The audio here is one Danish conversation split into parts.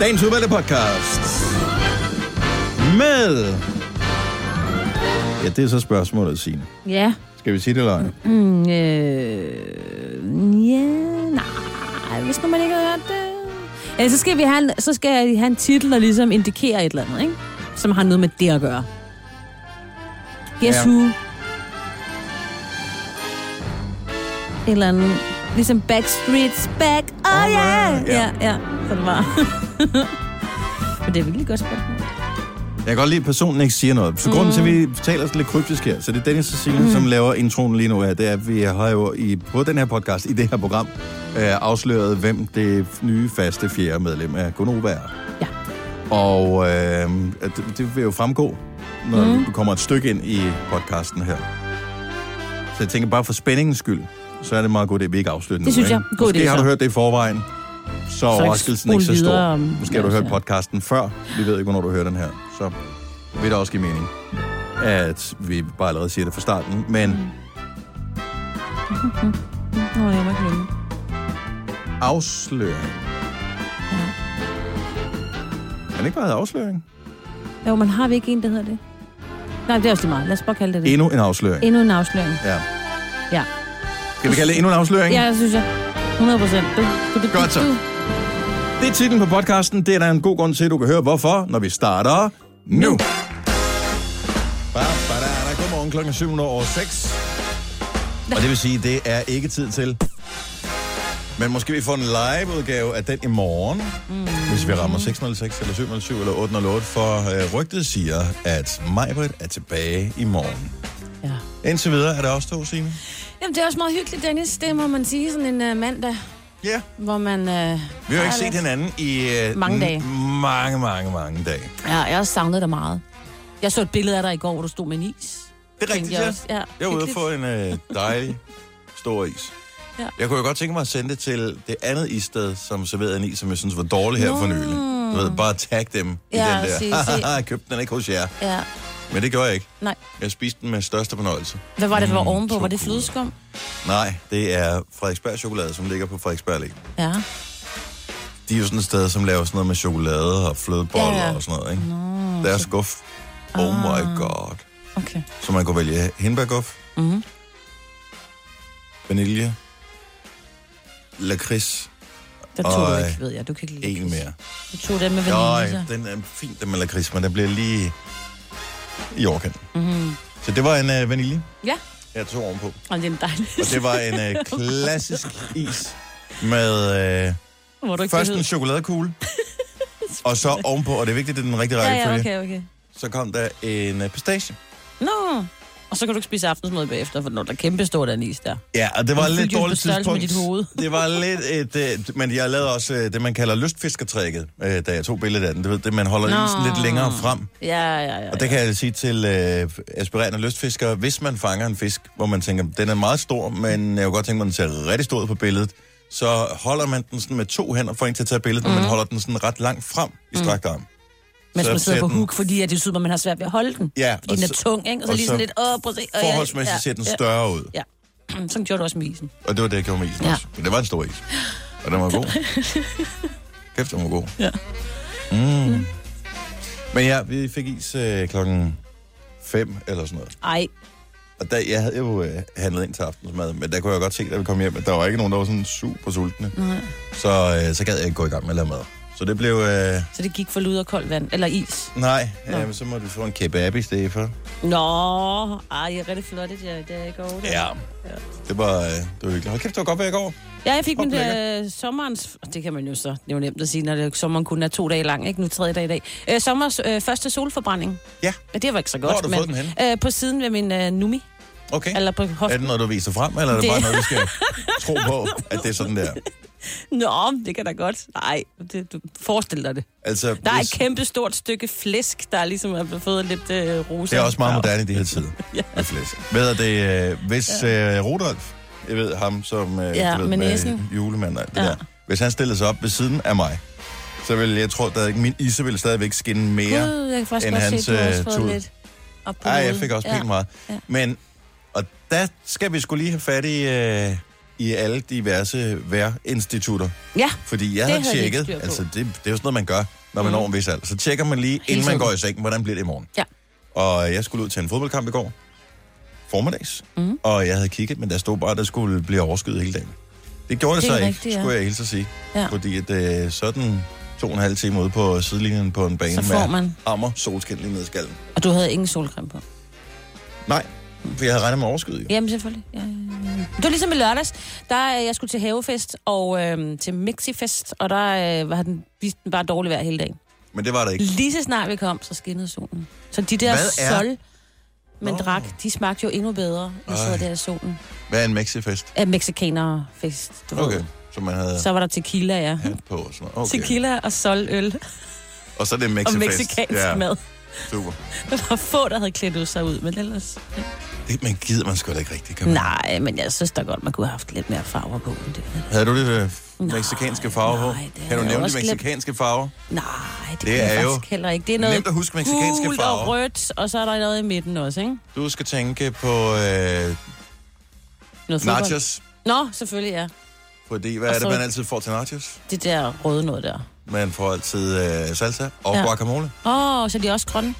Dagens udvalgte podcast. Med... Ja, det er så spørgsmålet, Signe. Ja. Skal vi sige det eller ej? Mm, øh, ja, nej, hvis nu man ikke har hørt det. Ja, så skal, vi have en, så skal jeg have en titel, der ligesom indikerer et eller andet, ikke? Som har noget med det at gøre. Guess Ja. ja. who? Et eller andet. Ligesom Backstreet's Back. Oh, Oh, yeah. ja. Ja, ja. Så det var. Men det er virkelig et godt spørgsmål. Jeg kan godt lide, at personen ikke siger noget. Så grunden til, at Mm. vi taler sådan lidt kryptisk her, så det er Dennis og Signe, mm. som laver introen lige nu her, det er, at vi har jo i, på den her podcast, i det her program, øh, afsløret, hvem det nye faste fjerde medlem af Gonova er. Ja. Og øh, at det, det vil jo fremgå, når mm. du kommer et stykke ind i podcasten her. Så jeg tænker, bare for spændingens skyld, så er det en meget godt, at vi ikke afslører Det synes jeg. God Måske idé, har du så. hørt det i forvejen, så, så overraskelsen spole ikke så videre stor. om- Måske har du Ja, hørt så- podcasten før. Vi ved ikke, hvornår du hører den her. Så vil det også give mening, at vi bare allerede siger det fra starten. Men Mm. Nå, jeg må ikke glemme. afsløring... Er det ikke bare hedder afsløring? Jo, men har vi ikke en, der hedder det? Nej, det er også lige meget. Lad os bare kalde det det. Endnu en afsløring. Endnu en afsløring. Ja. Ja. Skal vi kalde det endnu en afsløring? Ja, det synes jeg. 100 procent. Du, du, du, Godt så. Du. Det er titlen på podcasten. Det er der en god grund til, at du kan høre hvorfor, når vi starter nu. Ba-ba-da-da. Godmorgen klokken 7 over 6. Og det vil sige, det er ikke tid til. Men måske vi får en live-udgave af den i morgen, mm. hvis vi rammer 606 eller 707 eller 808, for øh, rygtet siger, at Majbrit er tilbage i morgen. Ja. Indtil videre er der også to, Signe. Jamen, det er også meget hyggeligt, Dennis. Det må man sige sådan en uh, mandag, Ja. Yeah. hvor man... Uh, Vi har jo ikke set hinanden i øh, Mange dage. n- mange, mange, mange dage. Ja, jeg har også savnet dig meget. Jeg så et billede af dig i går, hvor du stod med en is. Det er rigtigt, jeg ja. også. Ja, jeg var ude hyggeligt. for en øh, dejlig stor is. Ja. Jeg kunne jo godt tænke mig at sende det til det andet issted, som serverede en is, som jeg synes var dårlig her for Nå. nylig. Du ved, bare tag dem i den Ja, se, der. se. Haha, jeg købte den ikke hos jer. Ja. Men det gjorde jeg ikke. Nej. Jeg spiste den med største fornøjelse. Hvad var det, der var ovenpå? så Var det cool. flødeskum? Nej, det er Frederiksberg chokolade, som ligger på Frederiksberg Allé. Ja. De er jo sådan et sted, som laver sådan noget med chokolade og flødeboller Ja, Ah. ja. og sådan noget, ikke? Nå, Deres guf. Oh my god. Okay. Så man kunne vælge hindbærguf, Mhm. vanilje, lakrids, Der tog Og, du øh, ikke, ved jeg. Du kan ikke lide en mere. Du tog den med Nej, vanilje. så. den er fint, den med lakrids, men den bliver lige i overkanten. Mm-hmm. Mhm. Så det var en øh, vanilje, Ja. jeg tog ovenpå. Og det er en dejlig. Og det var en øh, klassisk is med Hvor du øh, ikke først behøvede- en chokoladekugle, og så ovenpå, og det er vigtigt, det er den rigtige Ja, rækkefølge, ja, okay, okay. så kom der en øh, pistache. Nå. Og så kan du ikke spise aftensmad bagefter, for når der er kæmpe stor den is der. Ja, og det var Den et lidt fyldte jo dårligt på størrelse med tidspunkt. dit hoved. Det var lidt et... Øh, men jeg lavede også øh, det, man kalder lystfiskertrækket, øh, da jeg tog billedet af den. Du ved, det, man holder Nå. isen lidt længere frem. Ja, ja, ja. Og det kan jeg sige til øh, aspirerende lystfiskere, hvis man fanger en fisk, hvor man tænker, den er meget stor, men jeg kunne godt tænke mig, den ser rigtig stor ud på billedet, så holder man den sådan med to hænder for en til at tage billedet, Mhm. mm. men man holder den sådan ret langt frem i strakt arm. Mens Så man sidder på ser den- huk, fordi at det synes, man har svært ved at holde den. Ja, Fordi den er tung, ikke? Og så og lige så sådan lidt, åh, prøv at se. Og jeg- Forholdsmæssigt ser den større ud. Ja. ja. Sådan gjorde du også med isen. Og det var det, jeg gjorde med isen Ja. ja. også. Men det var en stor is. Og den var god. Kæft, den var god. Ja. Mm. Men ja, vi fik is øh, klokken 5 eller sådan noget. Ej, Og der, jeg havde jo øh, handlet ind til aftensmad, men der kunne jeg godt se, da vi kom hjem, at der var ikke nogen, der var sådan super sultne. Nej. Så, øh, så gad jeg ikke gå i gang med at lave mad. Så det blev... Øh, så det gik for lud og koldt vand. Eller is. nej, øh, så måtte vi få en kebab i stedet for. Nå, ej, jeg er rigtig flot, det er, det er i går. det. Ja. Det var, øh, det var hyggeligt. Hold kæft, det var godt vejr i går. Ja, jeg fik Fuck, min øh, sommerens... Det kan man jo så. Det er jo nemt at sige, når det, sommeren kun er to dage lang, ikke? Nu er tredje dag i dag. Øh, sommers øh, første solforbrænding. Ja. Ja, det var ikke så godt. Hvor har du men, fået den henne? Øh, på siden ved min øh, numi. Okay. Eller på hoften. Er det noget, du viser frem, eller er det, det Det- bare noget, vi skal tro på, at det er sådan der? Nå, det kan da godt. Nej, det, du forestil dig det. Altså, Der er et kæmpe stort stykke flæsk, der ligesom er blevet fået lidt øh, rosa. det er også meget moderne i de her tider. ja. Med flæsk. Hvad er det, øh, hvis ja. øh, Rudolf, jeg ved ham som øh, Ja, du ved, med næsen. julemand og alt det Ja. der, hvis han stillede sig op ved siden af mig, så ville jeg tro, at min isse ville stadigvæk skinne mere. Gud, jeg kan faktisk end godt hans, se, at du øh, har også fået tud. lidt op på Ej, jeg hovedet. fik også ja. pænt meget. Ja. Men, og der skal vi skulle lige have fat i øh, i alle diverse værinstitutter. Ja, Fordi jeg Det har havde de ikke tjekket, styr på. altså det, det er jo sådan noget, man gør, når man når en vis alder. Så tjekker man lige, inden man tiden. går i seng, hvordan bliver det i morgen. Ja. Og jeg skulle ud til en fodboldkamp i går, formiddags, mm. og jeg havde kigget, men der stod bare, at der skulle blive overskyet hele dagen. Det gjorde det, Det er så ikke, rigtigt, ja. skulle jeg hilse at sige. Ja. Fordi at, øh, sådan to og en halv time ude på sidelinjen på en bane Så får med man. ammer solskin lige ned i skallen. Og du havde ingen solcreme på. Nej, for jeg havde regnet med overskyet jo. Jamen selvfølgelig. Ja, ja, ja. Det var ligesom i lørdags, der øh, jeg skulle til havefest og øh, til mixifest, og der øh, var den, viste den bare dårlig vejr hele dagen. Men det var der ikke. Lige så snart vi kom, så skinnede solen. Så de der Hvad er- sol, man Nå. drak, de smagte jo endnu bedre, når Ej. så der i solen. Hvad er en Mexi-fest? Af mexicanerfest, du Okay, ved. så man havde Så var der tequila, ja. hat på og sådan noget. Okay. Tequila og soløl Og så er det en og Mexi-fest. mexicansk ja. mad. Super. Der var få, der havde klædt sig ud, men ellers... Det, man gider man sgu da ikke rigtigt, kan man? Nej, men jeg synes da godt, man kunne have haft lidt mere farver på end det. Havde du det øh, mexikanske farver på? nej, det Kan du havde jeg nævne de også glemt. mexikanske farver? Nej, det, det er kan jeg jo faktisk heller ikke. Det er noget nemt at huske mexicanske gult farver. og rødt, og så er der noget i midten også, ikke? Du skal tænke på øh, Noget fodbold. nachos. Nå, selvfølgelig, ja. Fordi hvad Og er det, så- man altid får til nachos? Det der røde noget der. Man får altid øh, salsa og ja. Ja. guacamole. Åh, oh, så er de også grønne.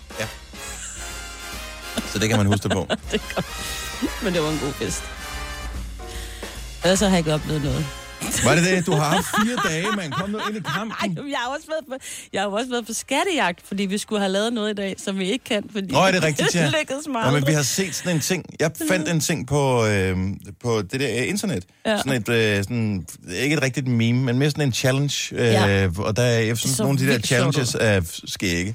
Så det kan man huske det på. Men det var en god fest. Ellers så har jeg ikke oplevet noget. Var det det? Du har haft fire dage, man. Kom nu ind i kampen. Jeg har også været på, jeg har også været på skattejagt, fordi vi skulle have lavet noget i dag, som vi ikke kan, fordi Nå, er det rigtigt, ja? det lykkedes mig Nå, men aldrig. vi har set sådan en ting. Jeg fandt en ting på, øh, på det der øh, internet. Ja. Ja. Sådan et, øh, sådan, ikke et rigtigt meme, men mere sådan en challenge. Øh, ja. Ja. Og der er, jeg synes, så nogle af de der vildt sjovt challenges ud. er skægge.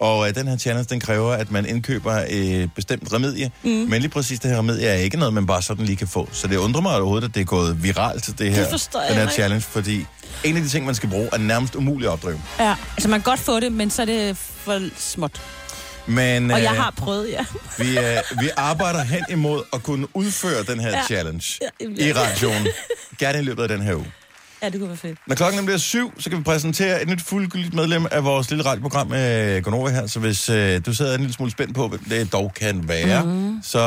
Og øh, den her challenge, den kræver, at man indkøber et øh, bestemt remedie. Mm. Men lige præcis det her remedie er ikke noget, man bare sådan lige kan få. Så det undrer mig overhovedet, at det er gået viralt, det her, forstår jeg den her ikke. challenge. Fordi en af de ting, man skal bruge, er nærmest umuligt at opdrive. Ja, altså man kan godt få det, men så er det for småt. Men, Og øh, jeg har prøvet, ja. Vi, øh, vi arbejder hen imod at kunne udføre den her ja. Ja. challenge Ja, jamen, ja. ja. i radioen. Gerne i løbet af den her uge. Ja, det kunne være fedt. Når klokken bliver syv, så kan vi præsentere et nyt fuldgyldigt medlem af vores lille radioprogram, øh, Gonova her. Så hvis øh, du sidder en lille smule spændt på, hvem det dog kan være, mm. så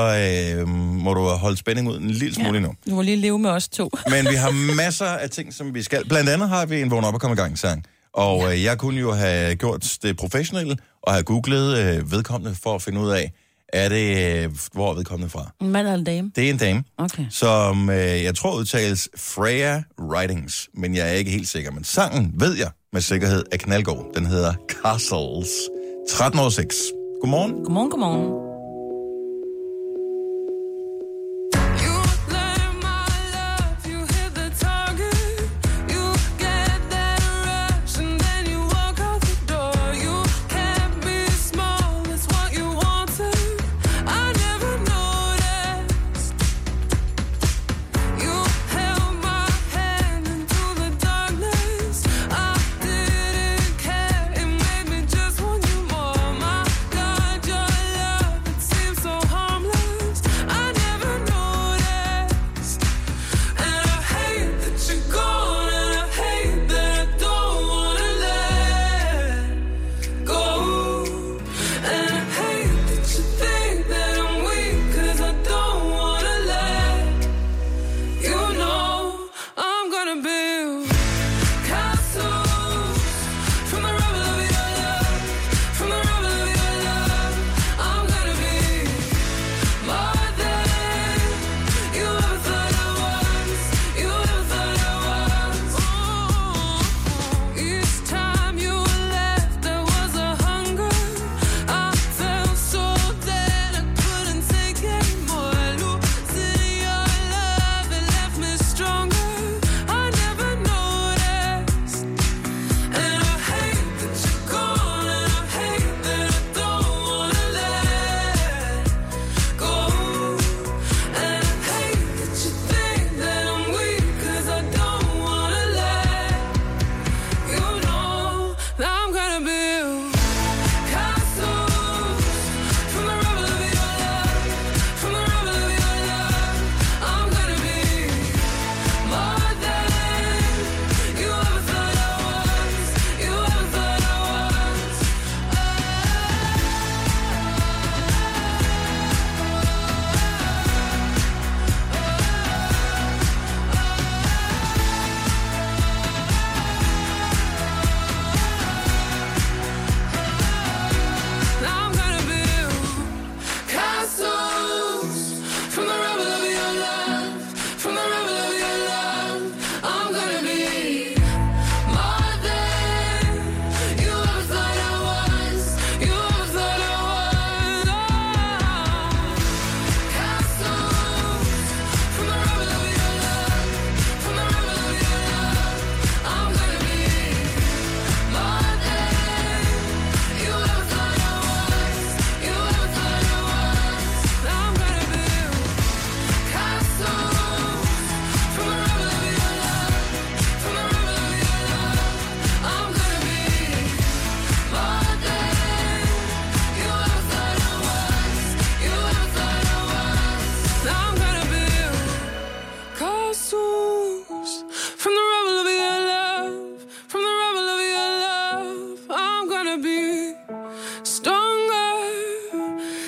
øh, må du holde spænding ud en lille smule ja. endnu. Du må lige leve med os to. Men vi har masser af ting, som vi skal. Blandt andet har vi en vågn op og komme i gang sang. Og øh, jeg kunne jo have gjort det professionelle og have googlet øh, vedkommende for at finde ud af, er det, øh, hvor er vedkommende fra? En mand eller en dame. Det er en dame, Okay. som øh, jeg tror udtales Freya Writings, men jeg er ikke helt sikker. Men sangen, ved jeg med sikkerhed, er knaldgod. Den hedder Castles. 13 år 6. Godmorgen. Godmorgen, godmorgen. You learn my love, you hit the target, you get that rush, and then you walk out the door. You can't be small, it's what you wanted. I never noticed. You held my hand into the darkness. I didn't care, it made me just want you more. My God, your love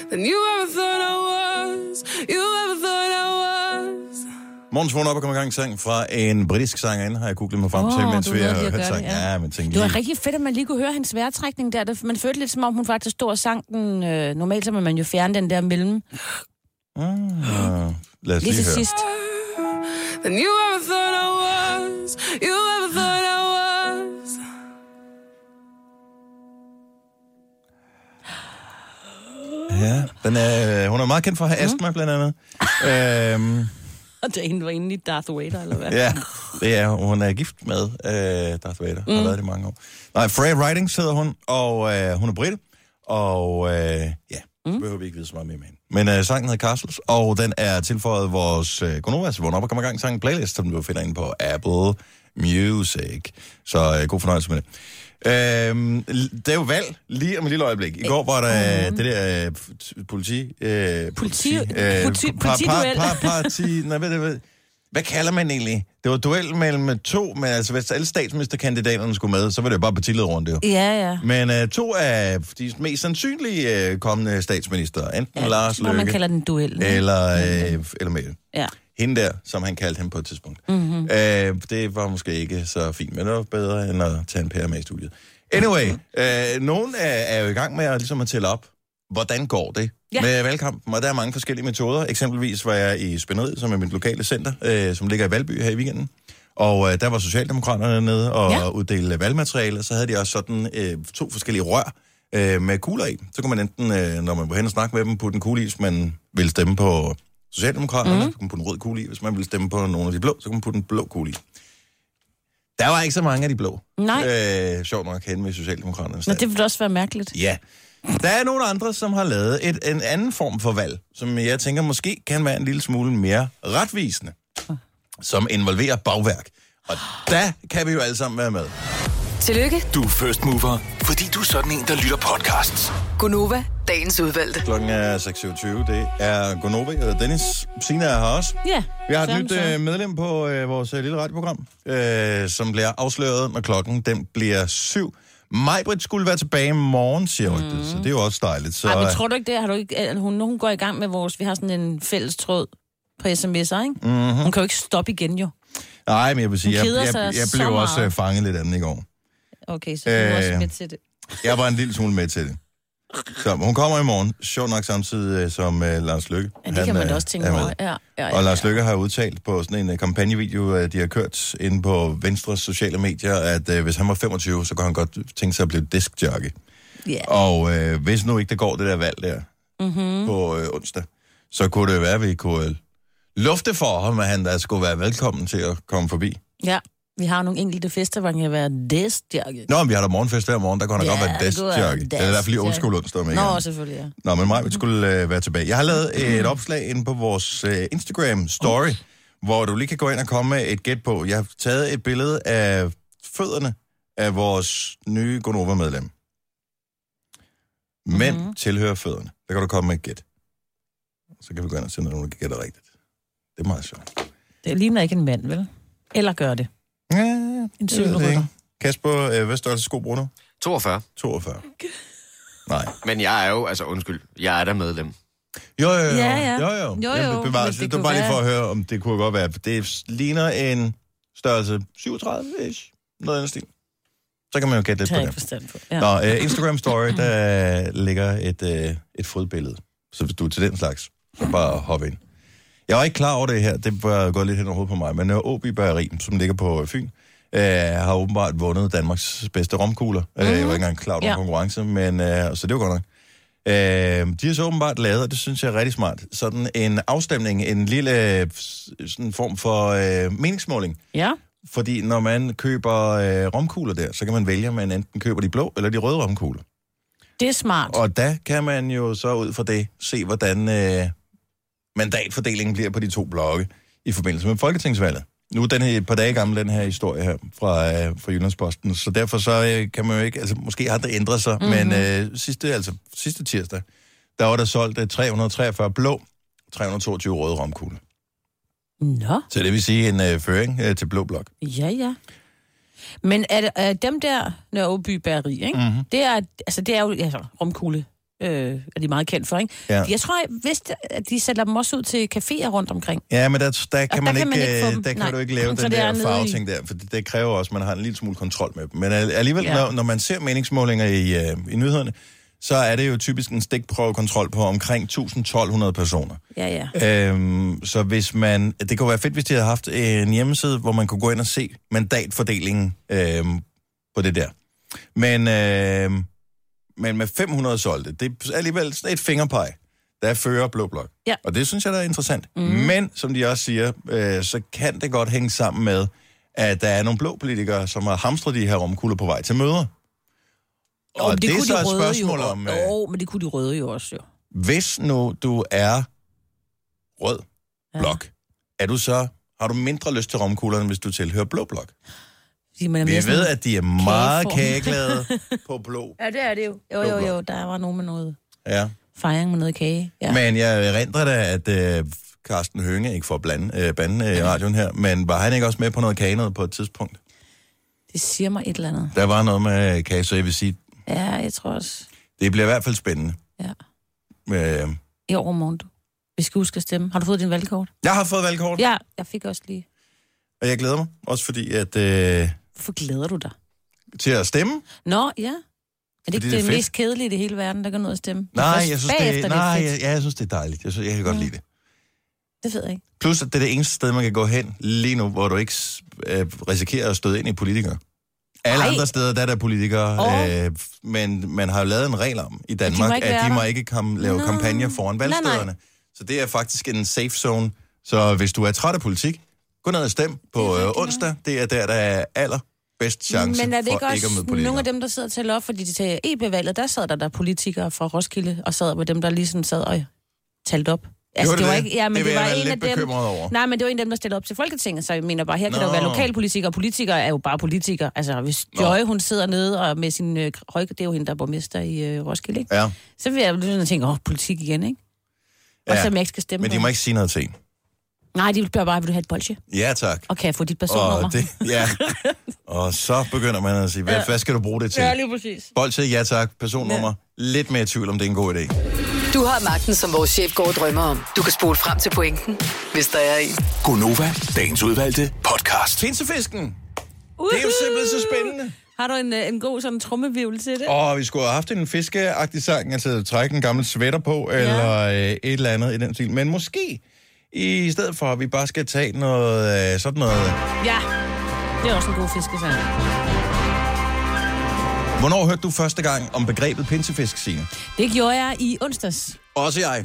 than you ever thought I was. You ever thought I was. Morgens vågn op og kommer i gang sang fra en britisk sangerinde, har jeg googlet mig frem Åh, til, mens du vi nåede har lige at hørt gøre sang. det, Ja. ja. men tænk Det lige. var rigtig fedt, at man lige kunne høre hendes vejrtrækning der. Det- Man følte lidt, som om hun faktisk stod og sang den. Øh, normalt så må man jo fjerne den der mellem. Ah, lad os Lige lige til høre. sidst. Than you ever thought I was. You ever thought I was. Ja, den er, øh, hun er meget kendt for at have astma, blandt andet. Mm. øhm, Og det ene var inde i Darth Vader, eller hvad? ja, det er hun. Hun er gift med øh, Darth Vader. Mm. Har været det i mange år. Nej, Freya Riding sidder hun, og øh, hun er britte. Og øh, ja, mm. behøver vi ikke vide så meget mere med hende. Men øh, sangen hedder Castles, og den er tilføjet vores øh, Gonovas, hvor op og kommer i gang sangen playlist, som du finder inde på Apple Music. Så øh, god fornøjelse med det. Øhm, l- det er jo valg lige om et lille øjeblik. I går var der mm. det der øh, t- politi... Øh, Politi- politi- par- politiduel. par- par- parti- nej, hvad, hvad, hvad kalder man egentlig? Det var duel mellem to, men altså hvis alle statsministerkandidaterne skulle med, så var det jo bare partilederrunde jo. Ja, ja. Men øh, to af de mest sandsynlige øh, kommende statsminister, enten ja, Lars Hvor Løkke man kalder den duel. eller, øh, eller Mette. Ja. Hende der, som han kaldte ham på et tidspunkt. Mm-hmm. Øh, det var måske ikke så fint, men det var bedre end at tage en pære med i studiet. Anyway, øh, nogen er, er jo i gang med at, ligesom at tælle op, hvordan går det ja. Ja. med valgkampen, og der er mange forskellige metoder. Eksempelvis var jeg i Spænderiet, som er mit lokale center, øh, som ligger i Valby her i weekenden. Og øh, der var Socialdemokraterne nede og ja. Ja. uddele valgmateriale, og så havde de også sådan øh, to forskellige rør øh, med kugler i. Så kunne man enten, øh, når man var hen og snakke med dem, putte en kugle i, hvis man ville stemme på Mhm. Socialdemokraterne, mm. så kunne man putte en rød kugle i. Hvis man ville stemme på nogle af de blå, så kunne man putte en blå kugle i. Der var ikke så mange af de blå. Nej. Øh, sjovt nok hen med Socialdemokraterne. Nå, det ville også være mærkeligt. Ja. Der er nogle andre, som har lavet et, en anden form for valg, som jeg tænker måske kan være en lille smule mere retvisende, som involverer bagværk. Og der kan vi jo alle sammen være med. Tillykke, Du er first mover, fordi du er sådan en, der lytter podcasts. Gunova, dagens udvalgte. Klokken er 6.27. Det er Gonova. Jeg hedder Dennis. Sina er her også. Ja. Vi har et Sådan nyt så. øh, medlem på øh, vores øh, lille radioprogram, øh, som bliver afsløret, når klokken den bliver syv. Majbrit skulle være tilbage i morgen, siger mm. så det er jo også dejligt. Så, Ej, men tror du ikke det? Har du ikke, at hun, når hun går i gang med vores... Vi har sådan en fælles tråd på sms'er, ikke? Mm-hmm. Mhm. Hun kan jo ikke stoppe igen, jo. Nej, øh, men jeg vil sige, Hun jeg, keder jeg, jeg, sig jeg så blev også meget. øh, fanget lidt af den i går. Okay, så øh... du er også Øh. med til det. Jeg var en lille smule med til det. Så hun kommer i morgen, sjovt nok samtidig øh, som uh, Lars Lykke. Ja, det kan man da øh, også tænke er over. med. Ja, ja, ja, Og ja. Lars Lykke har udtalt på sådan en øh, kampagnevideo, øh, de har kørt inde på Venstres sociale medier, at øh, hvis han var 25, så kunne han godt tænke sig at blive diskjockey. Ja. Og øh, hvis nu ikke det går det der valg der mm-hmm. på øh, onsdag, så kunne det være, at vi kunne øh, lufte for ham, at han da skulle være velkommen til at komme forbi. ja. Vi har nogle enkelte fester, hvor han kan være destjerket. Nå, men vi har da morgenfest hver morgen, der kunne han Ja, godt være det kunne være deskjockey. Det er i hvert fald lige old deskjockey. school onsdag om ikke Nå, andet. selvfølgelig, ja. Nå, men mig skulle øh, være tilbage. Jeg har lavet et opslag inde på vores øh, Instagram-story, hvor du lige kan gå ind og komme med et gæt på. Jeg har taget et billede af fødderne af vores nye Gonova-medlem. Mænd mm-hmm. tilhører fødderne. Der kan du komme med et gæt. Så kan vi gå ind og se, om der er nogen der kan gætte rigtigt. Det er meget sjovt. Det ligner ikke en mand, vel? Eller gør det. Ja, En jeg ved det cykelrytter. ikke. Kasper, øh, hvad størrelse sko bruger du? 42. 42. Nej. Men jeg er jo, altså undskyld, jeg er der medlem. Jo, jo, jo. Ja, ja. jo, jo. Jo, Jamen, jo, bevares. men det det, det var kunne bare lige være- for at høre, om det kunne godt være. Det ligner en størrelse 37-ish. Noget andet stil. Så kan man jo gætte Det lidt har på jeg ikke det. forstand på. Ja. Nå, uh, Instagram Story, der ligger et, uh, et fodbillede. Så hvis du er til den slags, så bare hop ind. Jeg var ikke klar over det her. Det var gået lidt hen over hovedet på mig. Men uh, OB Bageri, som ligger på Fyn, uh, har åbenbart vundet Danmarks bedste romkugler. Uh, Jeg var ikke engang klar over ja. Ja. konkurrence, men, uh, så det var godt nok. Øh, de har så åbenbart lavet, og det synes jeg er rigtig smart, sådan en afstemning, en lille øh, s- sådan form for øh, meningsmåling. Ja. Fordi når man køber øh, romkugler der, så kan man vælge, om man enten køber de blå eller de røde romkugler. Det er smart. Og der kan man jo så ud fra det se, hvordan øh, mandatfordelingen bliver på de to blokke i forbindelse med folketingsvalget. Nu er den her et par dage gammel, den her historie her fra, øh, fra Jyllandsposten, så derfor så øh, kan man jo ikke, altså måske har det ændret sig, mm-hmm. men øh, sidste, altså, sidste tirsdag, der var der solgt øh, 343 blå, 322 røde romkugler. Nå, Så det vil sige en øh, føring øh, til blå blok. ja, ja. Mhm. Men er, det, er dem der Nørreby Bageri, ikke? Mm-hmm. Det, er, altså, det er jo altså, rumkugle øh, er de meget kendt for, ikke? Ja. Jeg tror, jeg vidste, at de sælger dem også ud til caféer rundt omkring. Ja, men der, der, kan, Og man der ikke, kan man ikke få øh, dem. der kan Nej. du ikke lave Så den det er der nede i- farveting der, for det, det kræver også, at man har en lille smule kontrol med dem. Men al- alligevel, ja. Ja. når, når man ser meningsmålinger i, øh, i nyhederne, så er det jo typisk en stikprøvekontrol på omkring 1.200 personer. Ja, ja. Øhm, så hvis man... Det kunne være fedt, hvis de havde haft en hjemmeside, hvor man kunne gå ind og se mandatfordelingen øhm, på det der. Men, øhm, men med 500 solgte, det er alligevel sådan et fingerpeg, der fører Blå Blok. Ja. Og det synes jeg, der er interessant. Mm. Men, som de også siger, øh, så kan det godt hænge sammen med, at der er nogle blå politikere, som har hamstret de her rumkugler på vej til møder. Jo, Og men det er så et røde spørgsmål jo, om, øh, Jo, men det kunne de røde jo også, jo. Hvis nu du er rød Ja. blok, er du så, har du mindre lyst til romkuglerne, hvis du tilhører blå blok? Fordi man er Vi mere sådan- ved, at de er meget kageform. kageglade på blå. Ja, det er det jo. Blå Jo, jo, blok. jo. Der var nogen med noget Ja. fejring med noget kage. Ja. Men, Men jeg erindrer da, at øh, Carsten Hønge, ikke for at blande, øh, bande øh, i radioen her, men var han ikke også med på noget kage noget på et tidspunkt? det siger mig et eller andet. Der var noget med øh, kage, så jeg vil sige, Ja, jeg tror også. det bliver i hvert fald spændende. Ja. Øh, I overmorgen, du. Vi skal huske at stemme. Har du fået din valgkort? jeg har fået valgkort, ja. Ja, jeg fik også lige. og jeg glæder mig. Også fordi, at øh, Hvorfor glæder du dig? til at stemme, Nå, ja. Er det Fordi det ikke er det, det fedt. mest kedelige i det hele verden, der går ned og stemme? Det er nej, først jeg synes, det, bagefter, nej, fedt. jeg, ja, jeg synes, det er dejligt. Jeg, synes, jeg kan godt lide det. Det ved jeg ikke. Plus, at det er det eneste sted, man kan gå hen lige nu, hvor du ikke øh, risikerer at støde ind i politikere. Alle Ej. Ej. andre steder, der er der politikere, Åh. oh. øh, men man har jo lavet en regel om i må Danmark, ikke at de være må der. ikke kom, lave Nå. kampagner foran Nej, nej. valgstederne. Så det er faktisk en safe zone. Så hvis du er træt af politik, gå ned og stem på øh, onsdag. Det er der, der er allerbedst chance Men er det ikke for ikke også at møde ikke nogle politikere. af dem, der sidder til op, fordi de tager EP-valget, der sad der, der politikere fra Roskilde, og sad med dem, der ligesom sad og talte op. Gjorde de det? ikke, ja, men Det det, vil jeg var være en lidt af dem, bekymret over. Nej, men det var en af dem, der stillede op til Folketinget, så jeg mener bare, her kan Nå. der jo være lokalpolitikere, og politikere er jo bare politikere. Altså, hvis Joy, hun sidder nede og med sin øh, høj, det er jo hende, der er borgmester i øh, Roskilde, ikke? Ja, Så vil jeg jo sådan tænke, åh, politik igen, ikke? Og Ja, så jeg ikke skal stemme men på. de må ikke sige noget til en. Nej, de spørger bare, vil du have et bolsje? Ja, tak. Og kan jeg få dit personnummer? Og, det, ja. og så begynder man at sige, hvad, hvad skal du bruge det til? Ja, lige præcis. Bolsje, ja tak. Personnummer. Ja. Lidt mere i tvivl, om det er en god idé. Du har magten, som vores chef går og drømmer om. Du kan spole frem til pointen, hvis der er en. Gonova, dagens udvalgte podcast. Pinsefisken. Det er jo simpelthen så spændende. Har du en, øh, en god sådan trummevivl til det? Og vi skulle have haft en fiskeagtig sang, altså trække en gammel sweater på, ja. eller øh, et eller andet i den stil. Men måske, i stedet for, at vi bare skal tage noget øh, sådan noget... Ja, det er også en god fiskesang. Hvornår hørte du første gang om begrebet pinsefisk, Signe? Det gjorde jeg i onsdags, Også jeg.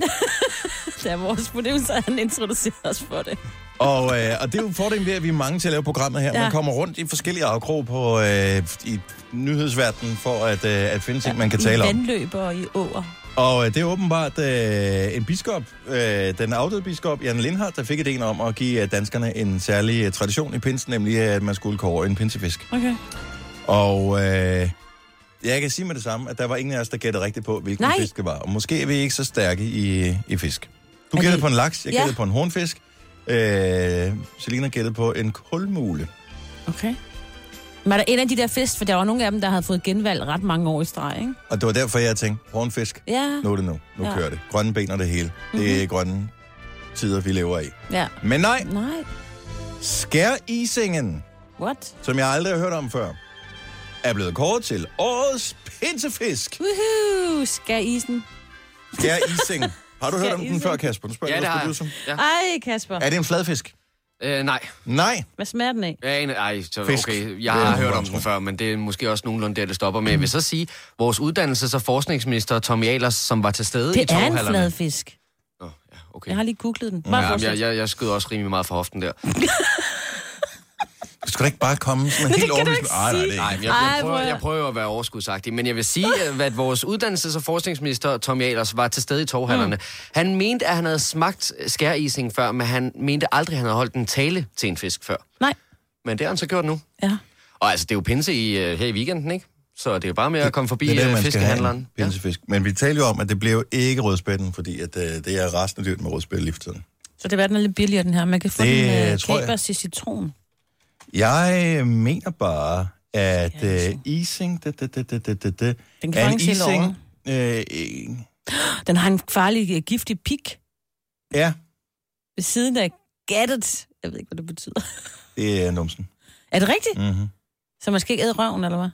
da vores producer han introducerede os for det. Og, øh, og det er jo fordelen ved, at vi er mange til at lave programmet her. Ja. Ja. Man kommer rundt i forskellige afkrog på øh, i nyhedsverdenen for at, øh, at finde ting, man kan tale I om. vandløb og i åer. Og øh, det er åbenbart øh, en biskop, øh, den afdøde biskop, Jan Lindhardt, der fik ideen om at give øh, danskerne en særlig øh, tradition i pinsen, nemlig øh, at man skulle kåre en pinsefisk. Okay. Og øh, jeg kan sige med det samme, at der var ingen af os, der gættede rigtigt på, hvilken Nej. fisk det var. Og måske er vi ikke så stærke i, i fisk. Du Er gættede det- på en laks, jeg Ja. gættede på en hornfisk. Øh, Selina gættede på en kulmule. Okay. Men er der en af de der fisk, for der var nogle af dem, der havde fået genvalg ret mange år i streg, ikke? Og det var derfor, jeg tænkte, hornfisk, Ja, nu er det nu. Nu Ja. Mhm. kører det. Grønne ben og det hele. Det er grønne tider, vi lever i. ja. Men nej, Nej, skærisingen, what? som jeg aldrig har hørt om før, er blevet kåret til årets pinsefisk. Woohoo, skal isen. Skærising. Har du hørt om den Skærising. før, Kasper? Nu spørger Ja, jeg det har vores jeg. producer. Ja. Ej, Kasper. Er det en fladfisk? Øh, nej. Nej. Hvad smager den af? Jeg aner, ej, så, Fisk. okay. Jeg Det er har en hørt om uranskov. den før, men det er måske også nogenlunde der, det stopper med. Jeg vil så sige, vores uddannelses- og forskningsminister Tommy Ahlers, som var til stede i Det er en torvhallerne. fladfisk. Nå, ja, okay. Jeg har lige googlet den. Bare Ja, men fortsæt. jeg, jeg, jeg skød også rimelig meget fra hoften der. Du skal da ikke bare komme sådan helt kan du overbevist. ikke Nej, nej, det sige. er Nej, ikke. men jeg, jeg, Ej, prøver, hvor- jeg prøver at være overskudsagtig, men jeg vil sige, øh, at vores uddannelses- og forskningsminister, Tommy Ahlers, var til stede i torvhallerne. Mm. Han mente, at han havde smagt skærising før, men han mente aldrig, at han havde holdt en tale til en fisk før. Nej, Men det har han så gjort nu. ja. Og altså, det er jo pinse i, øh, her i weekenden, ikke? Så det er jo bare med at komme forbi det er øh, det, man skal have en fiskehandleren. Ja. pinsefisk. Men vi talte jo om, at det blev ikke rødspætten, fordi at, øh, det er resten af dyrt med rødspætte lige for tiden. Så det er den er lidt billigere, den her. Man kan få Det, det, den øh, øh, tror jeg. kapers i citron. Jeg øh, mener bare, at Ja, øh, ising. ising... Det, det, det, det, det, det, Den kan fanges hele året. Øh, øh, Den har en farlig øh, giftig pik ja, ved siden af gattet. Jeg ved ikke, hvad det betyder. det er numsen. Er det rigtigt? Mm-hmm. Så man skal ikke æde røven, eller hvad?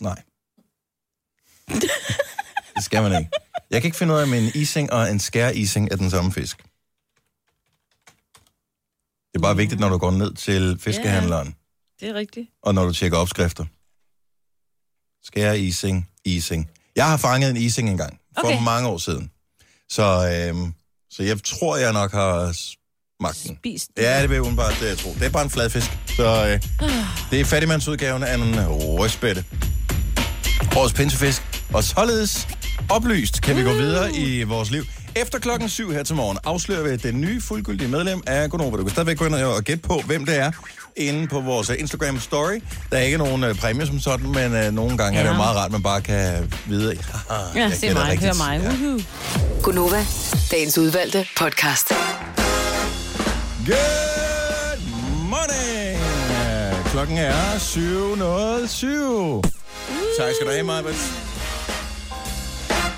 Nej. det skal man ikke. Jeg kan ikke finde ud af, om en ising og en skærising er den samme fisk. Det er bare vigtigt, når du går ned til fiskehandleren, Det er rigtigt. og når du tjekker opskrifter. Skærising, ising. Jeg har fanget en ising engang, for Okay. okay. mange år siden. Så, øhm, så jeg tror, jeg nok har smagt den. Spis den. Ja, det vil jeg udenbart det, jeg tror. Det er bare en fladfisk. Så øh, det er fattigmandsudgaven af en øh, rødspætte. Årets pinsefisk. Og således oplyst kan vi gå videre i vores liv. Efter klokken 7 her til morgen afslører vi den nye fuldgyldige medlem af Gonova. Du kan stadigvæk gå ind og gætte på, hvem det er, inde på vores øh, Instagram story. Der er ikke nogen øh, præmie som sådan, men øh, nogle gange ja. er det jo meget rart, at man bare kan vide. Ja, Ja, se mig, hør mig. Ja. Gunova, dagens udvalgte podcast. Good morning! Klokken er 7.07. Tak skal du have, Majbert.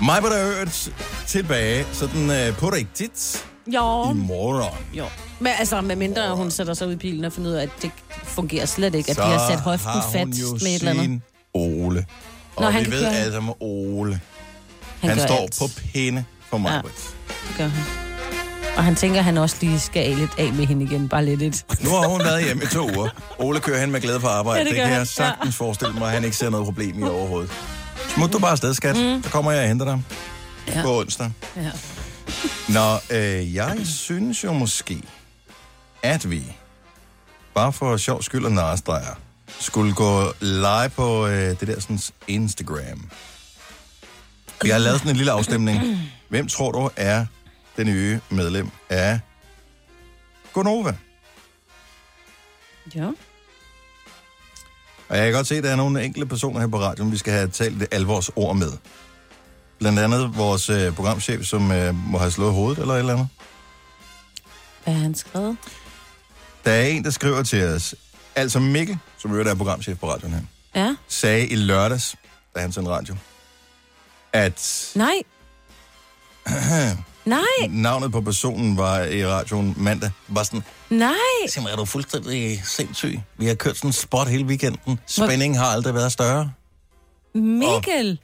Majbert er øvrigt tilbage, sådan øh, på rigtigt i Jo. morgen. jo. Men altså, med mindre hun sætter sig ud i bilen og finder ud af, at det fungerer slet ikke, at de har sat hoften har hun fat jo med et eller andet. sin Ole. Og Nå, Nå, han vi kan ved køre. alle sammen, at Ole. Han, han gør står alt. på pinde for Majbert. Det gør han. Og han tænker, at han også lige skal af lidt af med hende igen, bare lidt lidt. Nu har hun været hjemme i to uger. Ole kører hen med glæde på arbejde. Ja, Ja, det, det det gør kan han. jeg sagtens forestille mig, at han ikke ser noget problem i overhovedet. Smut du bare afsted, skat. Mm. Så kommer jeg og henter dig Ja. ja. på onsdag. Ja. Nå, øh, jeg synes jo måske, at vi, bare for sjov skyld og narestreger, skulle gå live på øh, det der sådan, Instagram. Vi har lavet sådan en lille afstemning. Hvem tror du er den nye medlem af Gonova? Jo. Og jeg kan godt se, at der er nogle enkelte personer her på radioen, vi skal have talt det alvorsord med. Blandt andet vores øh, programchef, som øh, må have slået hovedet eller et eller andet. Hvad har han skrevet? Der er en, der skriver til os, altså Mikkel, som jo er programchef på radioen her, Ja. sagde i lørdags, da han sendte radio, at Nej. Nej, navnet på personen var i radioen mandag, var sådan, nej. simpelthen er du fuldstændig sindssyg. Vi har kørt sådan en spot hele weekenden. Spændingen har aldrig været større. Mikkel.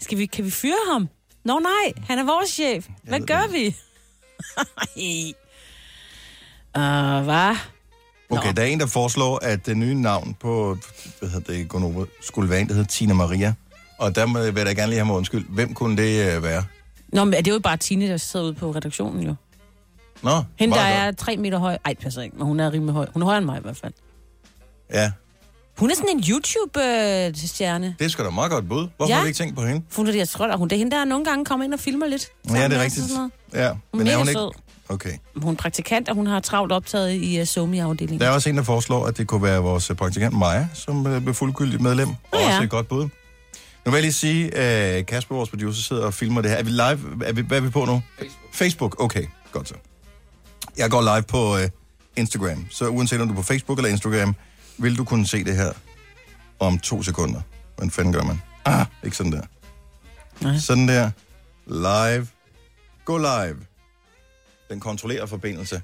Skal vi, kan vi fyre ham? Nå nej, han er vores chef. Hvad ved gør det vi? uh, hvad? Okay, Nå. Nå. der er en, der foreslår, at det nye navn på, hvad hedder det, Gonova, skulle være en, der hedder Tina Maria. Og der må- vil jeg da gerne lige have mig undskyld. Hvem kunne det øh, være? Nå, men det er jo bare Tine, der sidder ude på redaktionen jo. Nå, Hende, der meget er tre meter høj. Ej, det passer ikke, men hun er rimelig høj. Hun er højere end mig i hvert fald. godt. Ja, Hun er sådan en YouTube-stjerne. det er sgu da meget godt bud. Hvorfor Ja. ja. har vi ikke tænkt på hende? Hun er, jeg tror, at hun det er hende, der nogle gange kommer ind og filmer lidt. Ja, Sammen det med er os rigtigt. og sådan noget. Ja, Hun er er hun mega ikke... sød. Okay. Hun er praktikant, og hun har travlt optaget i uh, Somi-afdelingen. Der er også en, der foreslår, at det kunne være vores øh, praktikant Maja, som øh, blev fuldgyldigt medlem. Ja. ja. Også et godt bud. Nu vil jeg lige sige, at Kasper, vores producer, sidder og filmer det her. Er vi live? Er vi, hvad er vi på nu? Facebook. Facebook, okay. Godt så. Jeg går live på øh, Instagram. Så uanset om du er på Facebook eller Instagram, vil du kunne se det her om to sekunder. Hvordan fanden gør man? Ah, ikke sådan der. Nej. Sådan der. Live. Gå live. Den kontrollerer forbindelse.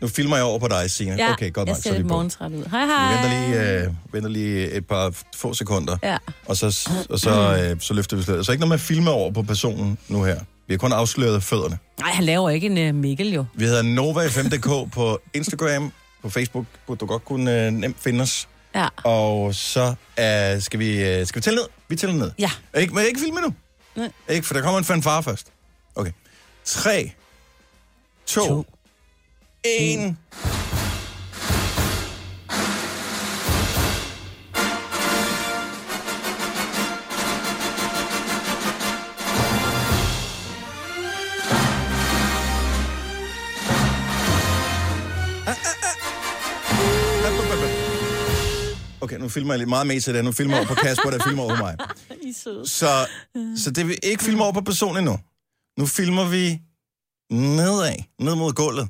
Nu filmer jeg over på dig, Signe. Ja, okay, godt jeg nok. Så ser er lidt det på. morgentræt ud. Hej, Vi hej. venter lige, øh, venter lige et par få sekunder, Ja. og så, og så, øh, så løfter vi sløret. Så ikke noget med at filme over på personen nu her. Vi har kun afsløret fødderne. Nej, han laver ikke en uh, Mikkel jo. Vi hedder Nova 5.dk på Instagram. På Facebook burde du godt kunne øh, nemt finde os. Ja. Og så øh, skal, vi, øh, skal vi tælle ned. Vi tæller ned. Ja. Ikke, men ikke filme nu. Nej. Ikke, for der kommer en fanfare først. Okay. 3, 2, To. 1. Okay, nu filmer jeg lidt meget med til det. Nu filmer jeg over på Kasper, der filmer over mig. I søde. Så, så det vi ikke filmer over på personen endnu. Nu filmer vi nedad, ned mod gulvet.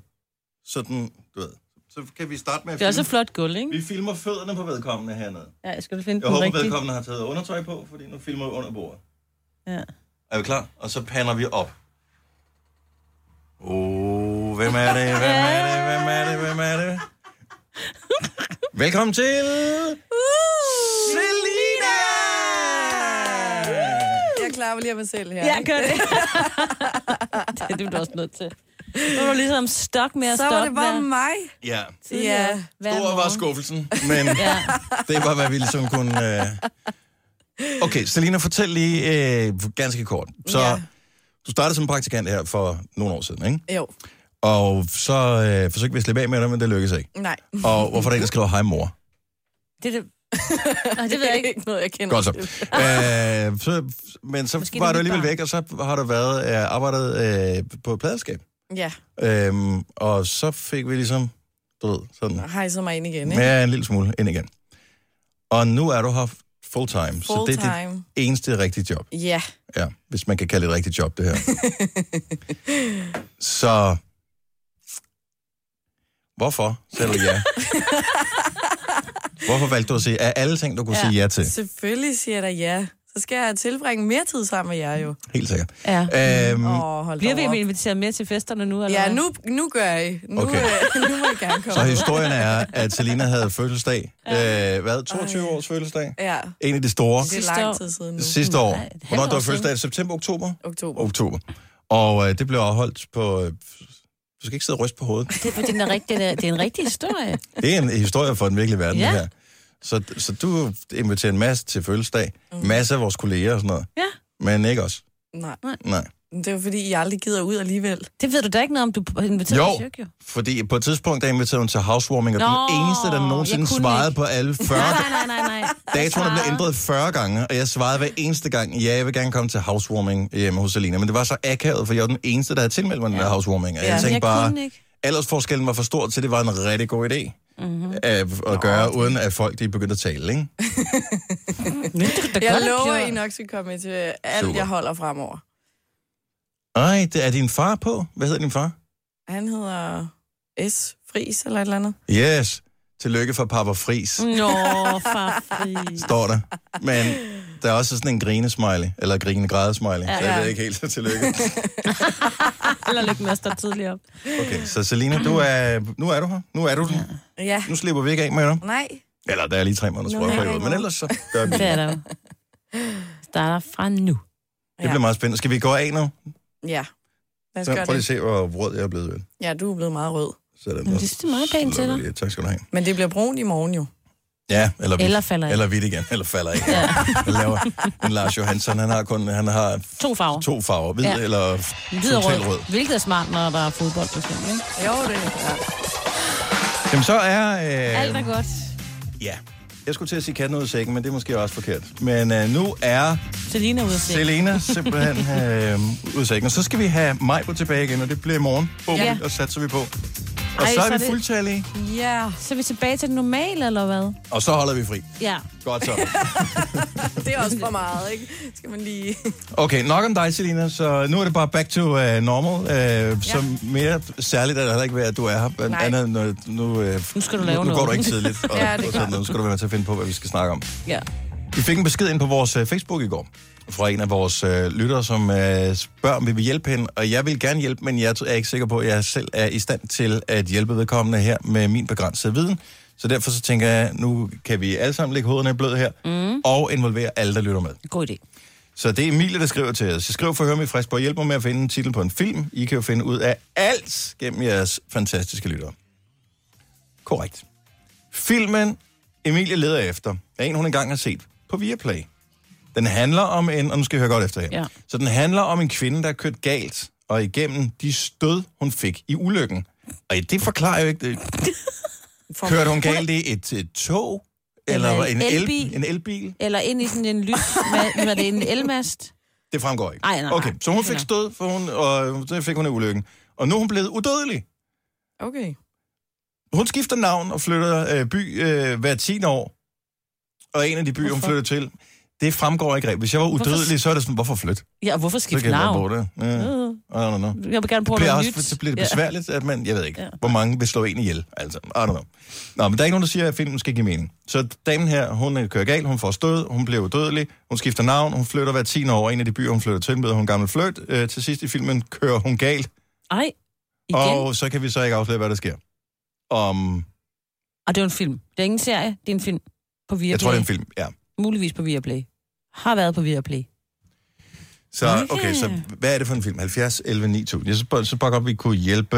Sådan, du ved, så kan vi starte med at Det er også et filme. flot gulv, ikke? Vi filmer fødderne på vedkommende hernede. Ja, jeg skal du finde Jeg den håber, rigtige. vedkommende har taget undertøj på, fordi nu filmer vi under bordet. Ja. Er vi klar? Og så pander vi op. Oh, hvem er det? Hvem er det? Hvem er det? Hvem er det? Velkommen til... Uh! Selina! Jeg klapper lige af mig selv her. Ja, gør det. det er du da også nødt til. Nu var du ligesom stok med at Så stoppe. var det bare hver- mig. Ja, tidligere Ja. hver stor var morgen. skuffelsen, men Ja. det var, hvad vi ligesom kunne... Øh... Okay, Selina, fortæl lige øh, ganske kort. Så Ja. du startede som praktikant her for nogle år siden, ikke? Jo, Og så øh, forsøgte vi at slippe af med dig, men det lykkedes ikke. nej. Og hvorfor er der en, der skriver, hej mor? Det, er det... Nå, det ved jeg ikke. ikke noget, jeg kender. Godt så. Æh, så men så Måske Måske det var er du mit alligevel barn. væk, og så har du været øh, arbejdet øh, på et pladeskab. Ja, Øhm, og så fik vi ligesom, du ved, sådan, og hejser mig ind igen, ikke? ja, en lille smule ind igen. Og nu er du her full time, så det er dit Full-time. eneste rigtige job. Ja, Ja, hvis man kan kalde det et rigtigt job, det her. så hvorfor sagde du ja? Hvorfor valgte du at sige, af alle ting, du kunne ja. Ja. sige ja til? selvfølgelig siger jeg da ja. Så skal jeg tilbringe mere tid sammen med jer jo. Helt sikkert. Ja. Øhm, Åh, oh, hold Bliver dog vi op. inviteret med til festerne nu? Eller? Ja, hvad? nu, nu gør I. Nu, Okay. okay. nu må I gerne komme. Så historien er, at Selina havde fødselsdag. Øh, hvad? 22 års fødselsdag? Ja, En af de store. det Sidste er år. lang tid siden nu. Sidste år. Nej, et halvt Hvornår år du var siden. fødselsdag? September, oktober? Oktober. Oktober. Og øh, det blev afholdt på... Øh, du skal ikke sidde og ryste på hovedet. Det er, fordi den er rigtig, det er en rigtig historie. Det er en historie for den virkelige verden, Ja. det her. Så, så du inviterer en masse til fødselsdag. Mm. Masse af vores kolleger og sådan noget. Ja. Men ikke os. Nej, Nej. det er jo fordi, I aldrig gider ud alligevel. Det ved du da ikke noget om, du er inviteret Jo, til Cirque, jo. fordi på et tidspunkt, der inviterede hun til housewarming, og Nå, Nå, den eneste, der jeg nogensinde kunne svarede ikke. på alle 40 Nej, nej, nej, nej. Datoerne blev ændret 40 gange, og jeg svarede hver eneste gang, ja, jeg vil gerne komme til housewarming hjemme hos Selina. Men det var så akavet, for jeg var den eneste, der havde tilmeldt mig den der housewarming. Og Ja, jeg men tænkte jeg bare, kunne ikke. aldersforskellen var for stor til, at det var en rigtig god idé Mhm. mm-hmm. at, at gøre, uden at folk de begyndte at tale, ikke? Men det kunne du da Jeg godt have lover, gjort. I nok skal komme til alt, Super. jeg holder fremover. Ej, det er din far på. Hvad hedder din far? Han hedder S. Fris eller et eller andet. Yes. Tillykke for Papa Fris, mm. Nå, farfri. står der. Men der er også sådan en grinesmiley, eller grine grædesmiley, ja, ja. så jeg ja. ved ikke helt, så tillykke. Eller lykke med at stå tidligere op. Okay, så Selina, du er, nu er du her. Nu er du den. Ja. Nu slipper vi ikke af med dig. Nej. Eller der er lige tre måneders Nu er der prøveperiode, ikke men noget. ellers så gør vi Det er det. der jo. Starter fra nu. Det bliver meget spændende. Skal vi gå af nu? Ja. Lad os Så gøre prøv lige at det. se, hvor vred jeg er blevet ved. Ja, du er blevet meget rød. Sådan Men der. det synes jeg er meget pænt til Slå dig. lige. Tak skal du have. Men det bliver brun i morgen jo. Ja, eller vidt. Eller falder af. Eller vidt igen. Eller falder ikke. Ja. laver en Lars Johansson, han har kun han har To farver. to farver. Hvid ja. Ja. eller Hvid og total rød. Hvilket er smart, når der er fodbold, for eksempel. Ikke? Jo, det er klart. Jamen så er... Øh, Alt er godt. Ja. Jeg skulle til at sige katten ud af sækken, men det er måske også forkert. Men øh, nu er Selina er ude at se. Selena simpelthen øh, ud af sækken. Og så skal vi have Majbo tilbage igen, og det bliver i morgen. Bum, ja. Ja. og satser vi på. Og Ej, så så er er vi det- fuldtallige, Ja, Så er vi tilbage til det normale, eller hvad? og så holder vi fri. Ja. Godt så. det er også for meget, ikke? Skal man lige... Okay, nok om dig, Selina. Så nu er det bare back to uh, normal. Uh, ja. Så mere særligt er det heller ikke ved, at du er her. Nej. Andet, end, når, nu, uh, Nu skal du nu, lave nu går noget. du ikke tidligt. Og, Ja, det er og sådan klart. noget. Nu skal du være med til at finde på, hvad vi skal snakke om. Ja. Vi fik en besked ind på vores øh, Facebook i går fra en af vores øh, lyttere, som øh, spørger, om vi vil hjælpe hende. Og jeg vil gerne hjælpe, men jeg er ikke sikker på, at jeg selv er i stand til at hjælpe vedkommende her med min begrænsede viden. Så derfor så tænker jeg, nu kan vi alle sammen lægge hovederne i blød her, mm. og involvere alle, der lytter med. God idé. Så det er Emilie, der skriver til os. Jeg skriver for at høre mig frisk på at hjælpe mig med at finde en titel på en film. I kan jo finde ud af alt gennem jeres fantastiske lyttere. Korrekt. Filmen Emilie leder efter er en, hun engang har set på Viaplay. Den handler om en, og nu skal jeg høre godt efter her. Ja. Så den handler om en kvinde, der er kørt galt, og igennem de stød, hun fik i ulykken. Og det forklarer jo ikke det. Kørte hun galt i et, et tog? Eller, Eller en en, el, elbil. en elbil? Eller ind i sådan en lys... Hvad var det? En elmast? Det fremgår ikke. Ej, nej, nej. okay, så hun fik Heller. stød, for hun, og det fik hun af ulykken. Og nu er hun blevet udødelig. Okay. Hun skifter navn og flytter øh, by øh, hver 10 år. Og en af de byer, Hvorfor? hun flytter til, Det fremgår ikke rigtigt. Hvis jeg var udødelig, så er det sådan, hvorfor flytte? Ja, og hvorfor Så skifte kan jeg bare navn? Øh, bruge det. Ja. I don't know. Jeg vil gerne bruge bliver noget også, nyt. så bliver det Ja. besværligt, at man, jeg ved ikke, ja. hvor mange vil slå en ihjel. Altså, I don't know. Nå, men der er ikke nogen, der siger, at filmen skal give mening. Så damen her, hun øh, kører galt, hun får stød, hun bliver udødelig, hun skifter navn, hun flytter hver 10 år. En af de byer, hun flytter til, møder hun en gammel fløjt. Øh, til sidst i filmen kører hun galt, Ej, igen. Igen? Og... og så kan vi så ikke afsløre, hvad der sker. Om, og Ah, det er jo en film. Det er ikke en serie, det er en film på Viaplay. jeg tror, det er en film, ja. Muligvis på Viaplay. Har været på Viaplay. Så, Okay. okay, så hvad er det for en film? 70, 11, 9000. Jeg synes bare- så bare godt, vi kunne hjælpe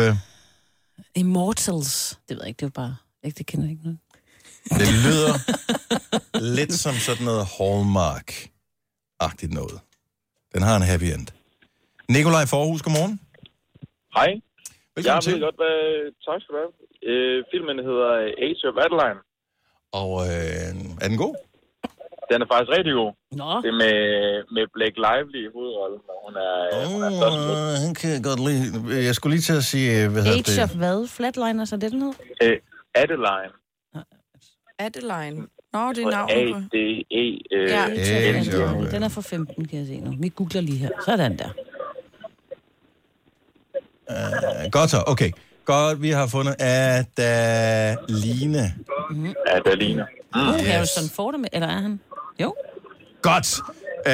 Immortals. Det ved jeg ikke, det er jo bare... Ikke, det kender jeg ikke noget. Det lyder lidt som sådan noget Hallmark-agtigt noget. Den har en happy end. Nikolaj Forhus, godmorgen. Hej, jeg Velkommen ved til. godt, hvad... Tak skal du have. Øh, filmen hedder Age of Adeline. Og øh, er den god? Den er faktisk rigtig god. Nå, Det er med, med Blake Lively i hovedrollen, og hun er... hun er flot. Åh, han kan jeg godt lide. Jeg skulle lige til at sige, øh, hvad hedder Age of det? hvad? Flatliners er det, den hedder? Øh, Adeline. Adeline. Nå, det Og er navnet på. A-D-E. Øh, Ja, ja. det Age Den er- of Adeline. Den er fra 15, kan jeg se nu. Vi googler lige her. Sådan der. Øh, Godt så, okay. Godt, vi har fundet Adeline. Adeline. Uh, Ah, yes. Harrison Ford, er med- eller er han? Jo. Godt. Øh,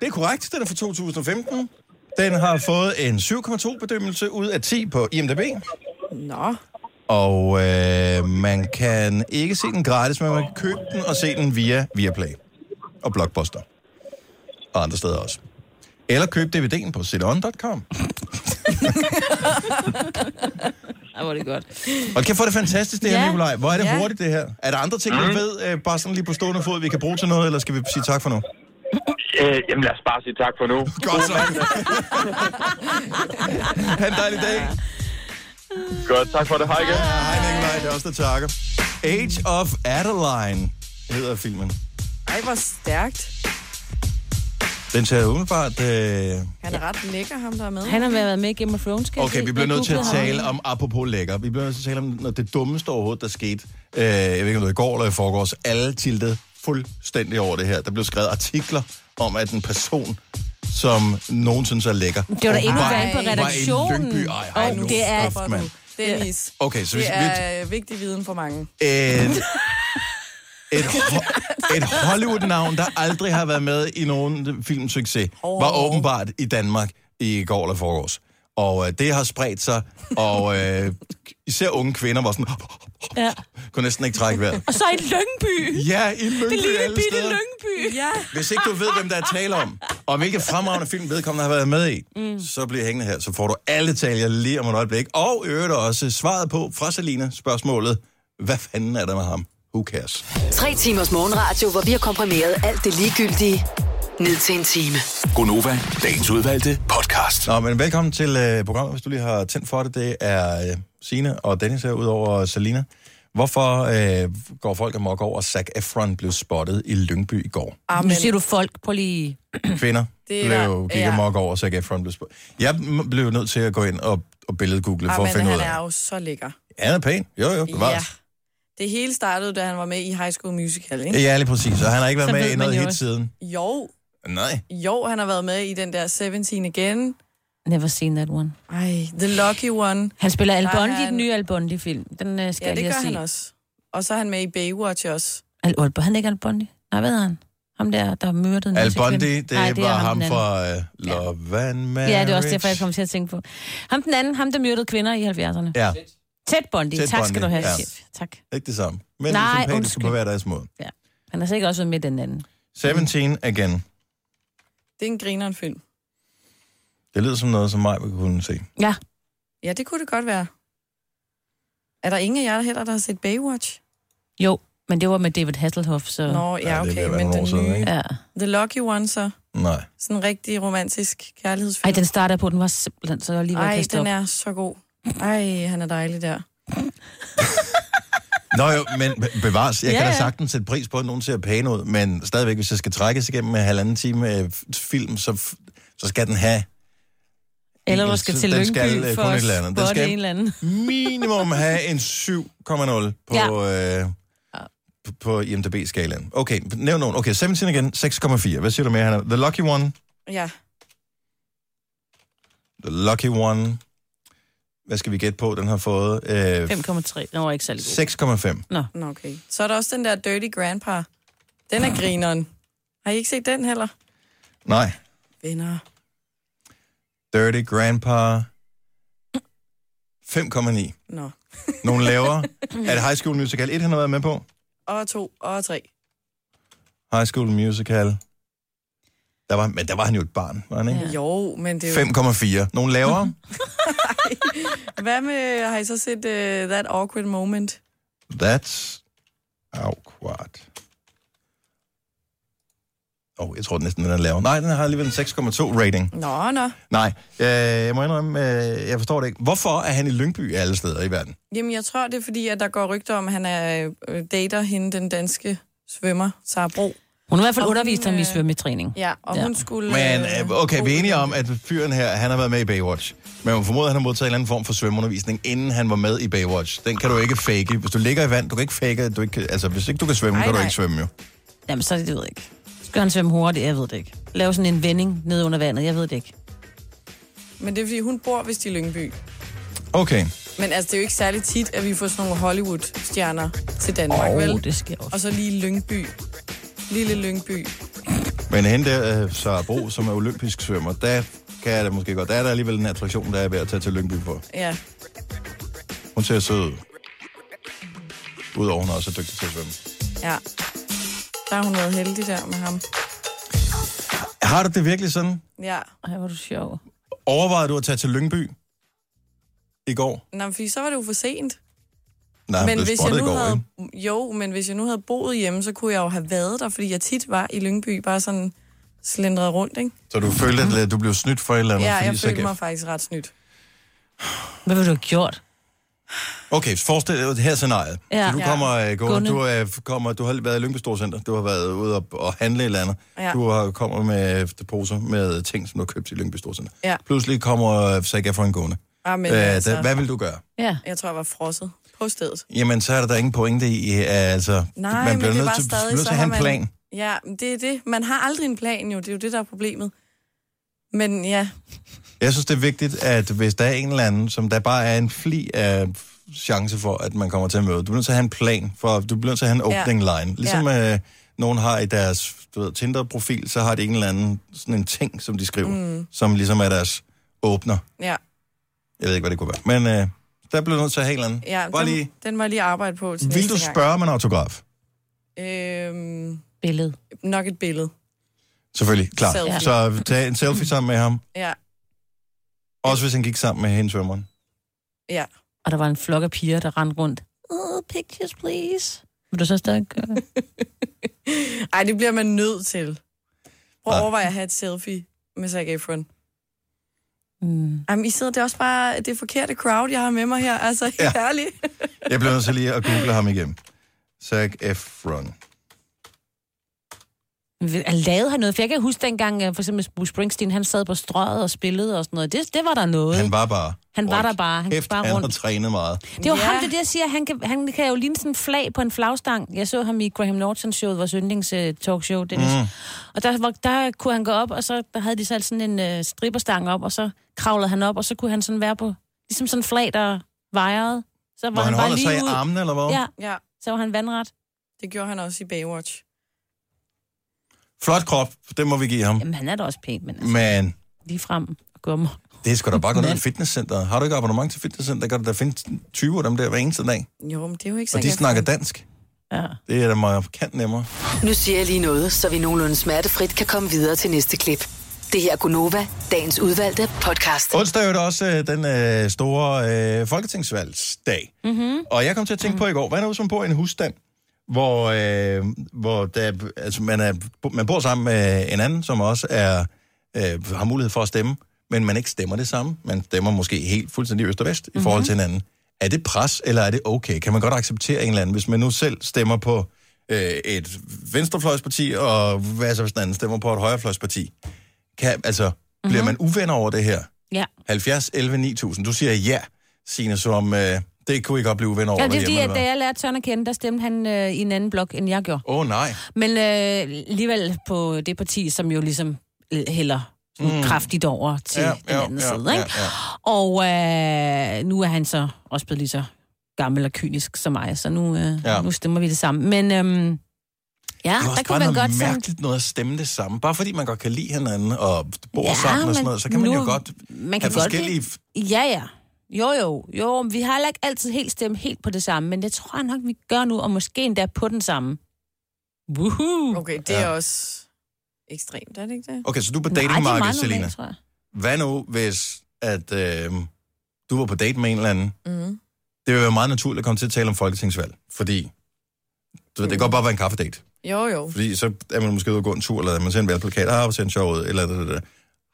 det er korrekt, den er fra 2015. Den har fået en 7,2 bedømmelse ud af 10 på IMDb. Nå, Og øh, man kan ikke se den gratis, men man kan købe den og se den via Viaplay og Blockbuster. Og andre steder også. Eller køb DVD'en på citon.com. Ej, hvor er det godt. Og kan få det fantastisk, det her, Ja. Nikolaj. Hvor er det Ja. hurtigt, det her. Er der andre ting, du ved, øh, bare sådan lige på stående fod, vi kan bruge til noget, eller skal vi sige tak for nu? Øh, jamen lad os bare sige tak for nu. Godt så. ha' en dejlig dag. Godt, tak for det. Hej igen. Hej Nikolaj, det er også der takker. Age of Adeline hedder filmen. ej, hvor stærkt. Den ser umiddelbart... Øh... Han er ret lækker, ham der er med. Han har været med i Game of Thrones, kan jeg Okay, se. vi bliver Jeg nødt til at googlede ham. tale om, apropos lækker, vi bliver nødt til at tale om noget, det dummeste overhovedet, der skete. Øh, jeg ved ikke, om det var i går eller i forgårs. Alle tiltede fuldstændig over det her. Der blev skrevet artikler om, at en person, som nogen synes er lækker. Det var da ikke var- være på var i redaktionen. Lyngby. Ej, hej Og nu, det er... stop, Stopper mand. du. Dennis. Okay, så vi, Det vi, er øh, vigtig viden for mange. et, et, ho- et Hollywood-navn, der aldrig har været med i nogen filmsucces, oh. var åbenbart i Danmark i går eller forårs. Og øh, det har spredt sig, og øh, især unge kvinder var sådan, Ja. kunne næsten ikke trække vejret. Og så i Lyngby. Ja, i Lyngby Det lille alle bitte steder. Lyngby. Ja. Hvis ikke du ved, hvem der er tale om, og hvilke fremragende film vedkommende har været med i, mm. så bliver hængende her, så får du alle taler lige om et øjeblik. Og i øvrigt også svaret på fra Selina spørgsmålet, hvad fanden er der med ham? Who cares? Tre timers morgenradio, hvor vi har komprimeret alt det ligegyldige ned til en time. Gonova, dagens udvalgte podcast. Nå, men velkommen til øh, programmet, hvis du lige har tændt for det. Det er øh, Sine og Dennis her, udover Selina. Hvorfor øh, går folk amok over, at Zac Efron blev spottet i Lyngby i går? Amen. Ah, Nu siger du folk på lige... Kvinder Det det er blev, der- gik ja. amok over, at Zac Efron blev spottet. Jeg m- blev nødt til at gå ind og, og Ah, billedgoogle for at Amen, finde ud Ah, han af. er jo så lækker. Han er pæn. Jo, jo, det var Ja. Det hele startede, da han var med i High School Musical, ikke? Ja, lige præcis. Og han har ikke været Så med ved i man noget jo hit også. siden. Jo, Nej. jo, han har været med i den der 17 igen. Never seen that one. Ej, The Lucky One. Han spiller Al Der er Bundy i han- den nye Al Bundy-film. Den øh, skal Ja, jeg det lige gør se. han også. Og så er han med i Baywatch også. Al Bundy. Han er ikke Al Bundy. Nej, hvad er han? Ham der, der myrdede en Al masse Bundy, kvinder. det, Nej, var er ham den anden. fra uh, Love and Marriage. Ja, det er også derfor, jeg kom til at tænke på. Ham den anden, ham der myrdede kvinder i 70'erne. Ja, Ted Bundy. Ted tak skal Bundy, du have, ja. chef. Tak. ikke det samme. Men Nej, Nej, sympatisk undskyld. på hver deres måde. Han har sikkert også været med i den anden. Mm. 17 Again. Det er en grineren film. Det lyder som noget, som mig vil kunne se. Ja, Ja, det kunne det godt være. Er der ingen af jer der heller, der har set Baywatch? jo. Men det var med David Hasselhoff, så... Ja, Nå, ja, det er ved okay, at være men nogle år den siden, nye. ikke? Ja. The Lucky One, så. Nej. Sådan en rigtig romantisk kærlighedsfilm. Ej, den starter på, den var simpelthen, så jeg var lige ved at Ej, kaste den op. er så god. Ej, han er dejlig der. Nå jo, men be- bevares. Jeg Ja, kan da ja. sagtens sætte pris på, at nogen ser pæne ud, men stadigvæk, hvis jeg skal trækkes igennem en halvanden time øh, f- film, så, f- så skal den have Eller du en- skal så til den Lyngby skal, øh, for kun at et eller andet. Den spotte skal- en eller anden. minimum have en 7,0 på, ja. øh, p- på IMDb-skalaen. Okay, nævn nogen. Okay, 17 igen, 6,4. Hvad siger du med, Hanna? The Lucky One. Ja. The Lucky One. Hvad skal vi gætte på, den har fået? Øh, 5,3. Den var ikke særlig god. 6,5. Nå, okay. Så er der også den der Dirty Grandpa. Den er grineren. Har I ikke set den heller? Nej. Venner. Dirty Grandpa. 5,9. Nå. Nogen lavere. er det High School Musical 1, han har været med på? Og to, og tre. High School Musical. Der var, men der var han jo et barn, var han ikke? Ja. Jo, men det er jo... 5,4. Nogen lavere? Hvad med, har I så set uh, That Awkward Moment? That's awkward. Åh, oh, jeg tror den næsten, den er lavere. Nej, den har alligevel en 6,2 rating. Nå, nå. Nej, øh, jeg må indrømme, øh, jeg forstår det ikke. Hvorfor er han i Lyngby af alle steder i verden? Jamen, jeg tror, det er fordi, at der går rygter om, at han er, øh, dater hende, den danske svømmer, Sara Bro. Hun har i hvert fald Og hun, undervist ham i øh, svømmetræning. Ja, og Ja. ja. hun skulle... Men øh, øh, okay, vi bo- er enige om, at fyren her, han har været med i Baywatch. Men man formoder, at han har modtaget en eller anden form for svømmeundervisning, inden han var med i Baywatch. Den kan du ikke fake. Hvis du ligger i vand, du kan ikke fake. at Du ikke, kan- altså, hvis ikke du kan svømme, Ej, kan du nej. ikke svømme jo. Jamen, så er det, det ved jeg ikke. Skal han svømme hurtigt? Jeg ved det ikke. Lave sådan en vending ned under vandet? Jeg ved det ikke. Men det er fordi, hun bor vist i Lyngby. Okay. Men altså, det er jo ikke særlig tit, at vi får sådan nogle Hollywood-stjerner til Danmark, oh, Åh, vel? det sker også. Og så lige Lyngby. Lille Lyngby. Men hende der, øh, Sara Bro, som er olympisk svømmer, der kan jeg da måske godt. Der er der alligevel en attraktion, der er ved at tage til Lyngby på. Ja. Hun ser sød ud. Udover hun også er dygtig til at svømme. Ja. Der har hun været heldig der med ham. Har du det virkelig sådan? Ja. Ej, hvor er du sjov. Overvejede du at tage til Lyngby i går? Nå, men fordi så var det jo for sent. Nej, men men blev hvis jeg spottet i nu går, havde... havde, ikke? Jo, men hvis jeg nu havde boet hjemme, så kunne jeg jo have været der, fordi jeg tit var i Lyngby, bare sådan slendret rundt, ikke? Så du følte, at øh, du blev snydt for et eller andet? Mhm. Ja, fordi jeg så følte gav- mig faktisk ret snydt. Hvad ville du have gjort? Okay, forestil dig det her scenarie. Ja, Ja. så du Ja. kommer, øh, gående, Gående. du, øh, kommer, du har været i Lyngby Storcenter, du har været ude og, og handle et eller andet. Ja. Ja. Du har kommer med øh, poser med ting, som du har købt i Lyngby Storcenter. Ja. Pludselig kommer øh, Saga for en gående. Ah, men Øh, altså, da, hvad vil du gøre? Ja. Jeg tror, jeg var frosset på stedet. Jamen, så er der da ingen pointe i, øh, altså... Nej, man men bliver det er nødt bare til, stadig, nødt så til at have har en plan. man- Ja, men det er det. Man har aldrig en plan jo, det er jo det, der er problemet. Men ja, Jeg synes, det er vigtigt, at hvis der er en eller anden, som der bare er en fli af chance for, at man kommer til at møde, du bliver nødt til at have en plan, for du bliver nødt til at have en Ja. opening ja. line. Ligesom ja. øh, nogen har i deres du ved, Tinder-profil, så har de en eller anden sådan en ting, som de skriver, mm. som ligesom er deres åbner. ja, Jeg ved ikke, hvad det kunne være. Men øh, der bliver du nødt til at have en eller anden. ja bare den, lige, den må jeg lige arbejde på til vil næste du spørge om en autograf? Gang. Øhm, Billede. nok et billede. Selvfølgelig, klart. Selfie. Så tag en selfie sammen med ham. Ja, Også hvis han gik sammen med hende svømmeren. ja. Og der var en flok af piger, der rendte rundt. Oh, pictures, please. Vil du så stadig gøre det? Ej, det bliver man nødt til. Prøv Nej. at overveje at have et selfie med Zac Efron. Mm. Jamen, I sidder, det er også bare det forkerte crowd, jeg har med mig her. Altså, Ja. ja. herligt. Jeg bliver nødt til lige at google ham igen. Zac Efron. altså, Lavede han noget? For jeg kan huske dengang, øh, for eksempel Bruce Springsteen, han sad på strøget og spillede og sådan noget. Det, det var der noget. Han var bare Han var rundt. der bare. Han gik Kæft, bare han rundt. har trænet meget. Det er jo Ja. ja. ham, det der siger, han kan, han kan jo ligne sådan en flag på en flagstang. Jeg så ham i Graham Norton showet, vores yndlings uh, talkshow, Dennis. Mm. Og der, var, der kunne han gå op, og så der havde de så alt sådan en uh, stripperstang op, og så kravlede han op, og så kunne han sådan være på, ligesom sådan en flag, der vejrede. Så var Hvor han, bare holder lige sig i ud. armene, eller hvad? Ja, Ja, så var han vandret. det gjorde han også i Baywatch. Flot krop, det må vi give ham. Jamen, han er da også pæn, men altså, Men lige frem og gummer. det skal da bare gå ned i Men- fitnesscenteret. Har du ikke abonnement til fitnesscenteret, kan du da finde 20 af dem der hver eneste dag. Jo, men det er jo ikke Og Zac de Efron. snakker dansk. Ja. Det er da markant nemmere. Nu siger jeg lige noget, så vi nogenlunde smertefrit kan komme videre til næste klip. Det her er Gunova, dagens udvalgte podcast. Onsdag er jo da også øh, den øh, store øh, folketingsvalgsdag. Mm-hmm. Og jeg kom til at tænke på i går, hvad nu hvis man bor i en husstand, hvor, øh, hvor der, altså, man, er, man bor sammen med en anden, som også er, øh, har mulighed for at stemme, men man ikke stemmer det samme. Man stemmer måske helt fuldstændig øst og vest mm-hmm. i forhold til hinanden. Er det pres, eller er det okay? Kan man godt acceptere en eller anden, hvis man nu selv stemmer på øh, et venstrefløjsparti, og hvad så hvis den anden stemmer på et højrefløjsparti? Kan, altså, mm-hmm. bliver man uvenner over det her? Ja. 70 11 9000. Du siger ja, Signe, som øh, Det kunne I godt blive uvenner over Ja, det er derhjemme, fordi, at eller da hvad? jeg lærte Søren at kende, der stemte han øh, i en anden blok, end jeg gjorde. Åh, oh, nej. Men øh, alligevel på det parti, som jo ligesom øh, hælder mm. kraftigt over til Ja, ja, den ja, anden ja, side. ja, ikke? Og øh, nu er han så også blevet lige så gammel og kynisk som mig, så nu, øh, Ja. ja. nu stemmer vi det sammen. Men øhm, ja, Det er der også kunne bare man noget godt sådan... mærkeligt noget at stemme det samme. Bare fordi man godt kan lide hinanden og bor Ja, ja, sammen og sådan men noget, så kan man jo nu- godt Man have kan godt forskellige... lide... Ja, ja. Jo, jo. Jo, men vi har heller ikke altid helt stemt helt på det samme, men det tror jeg nok, vi gør nu, og måske endda på den samme. Woohoo! Okay, det er også ekstremt, er det ikke det? Okay, så du er på Nej, det er meget datingmarkedet, normalt, Selina. tror jeg. Hvad nu, hvis at, øh, du var på date med en eller anden? Mm. Det vil være meget naturligt at komme til at tale om folketingsvalg, fordi du ved, det kan godt bare være en kaffedate. Jo, jo. Fordi så er man måske ude og gå en tur, eller man ser en valgplakat, ah, hvor ser den sjov ud, eller det, det, det.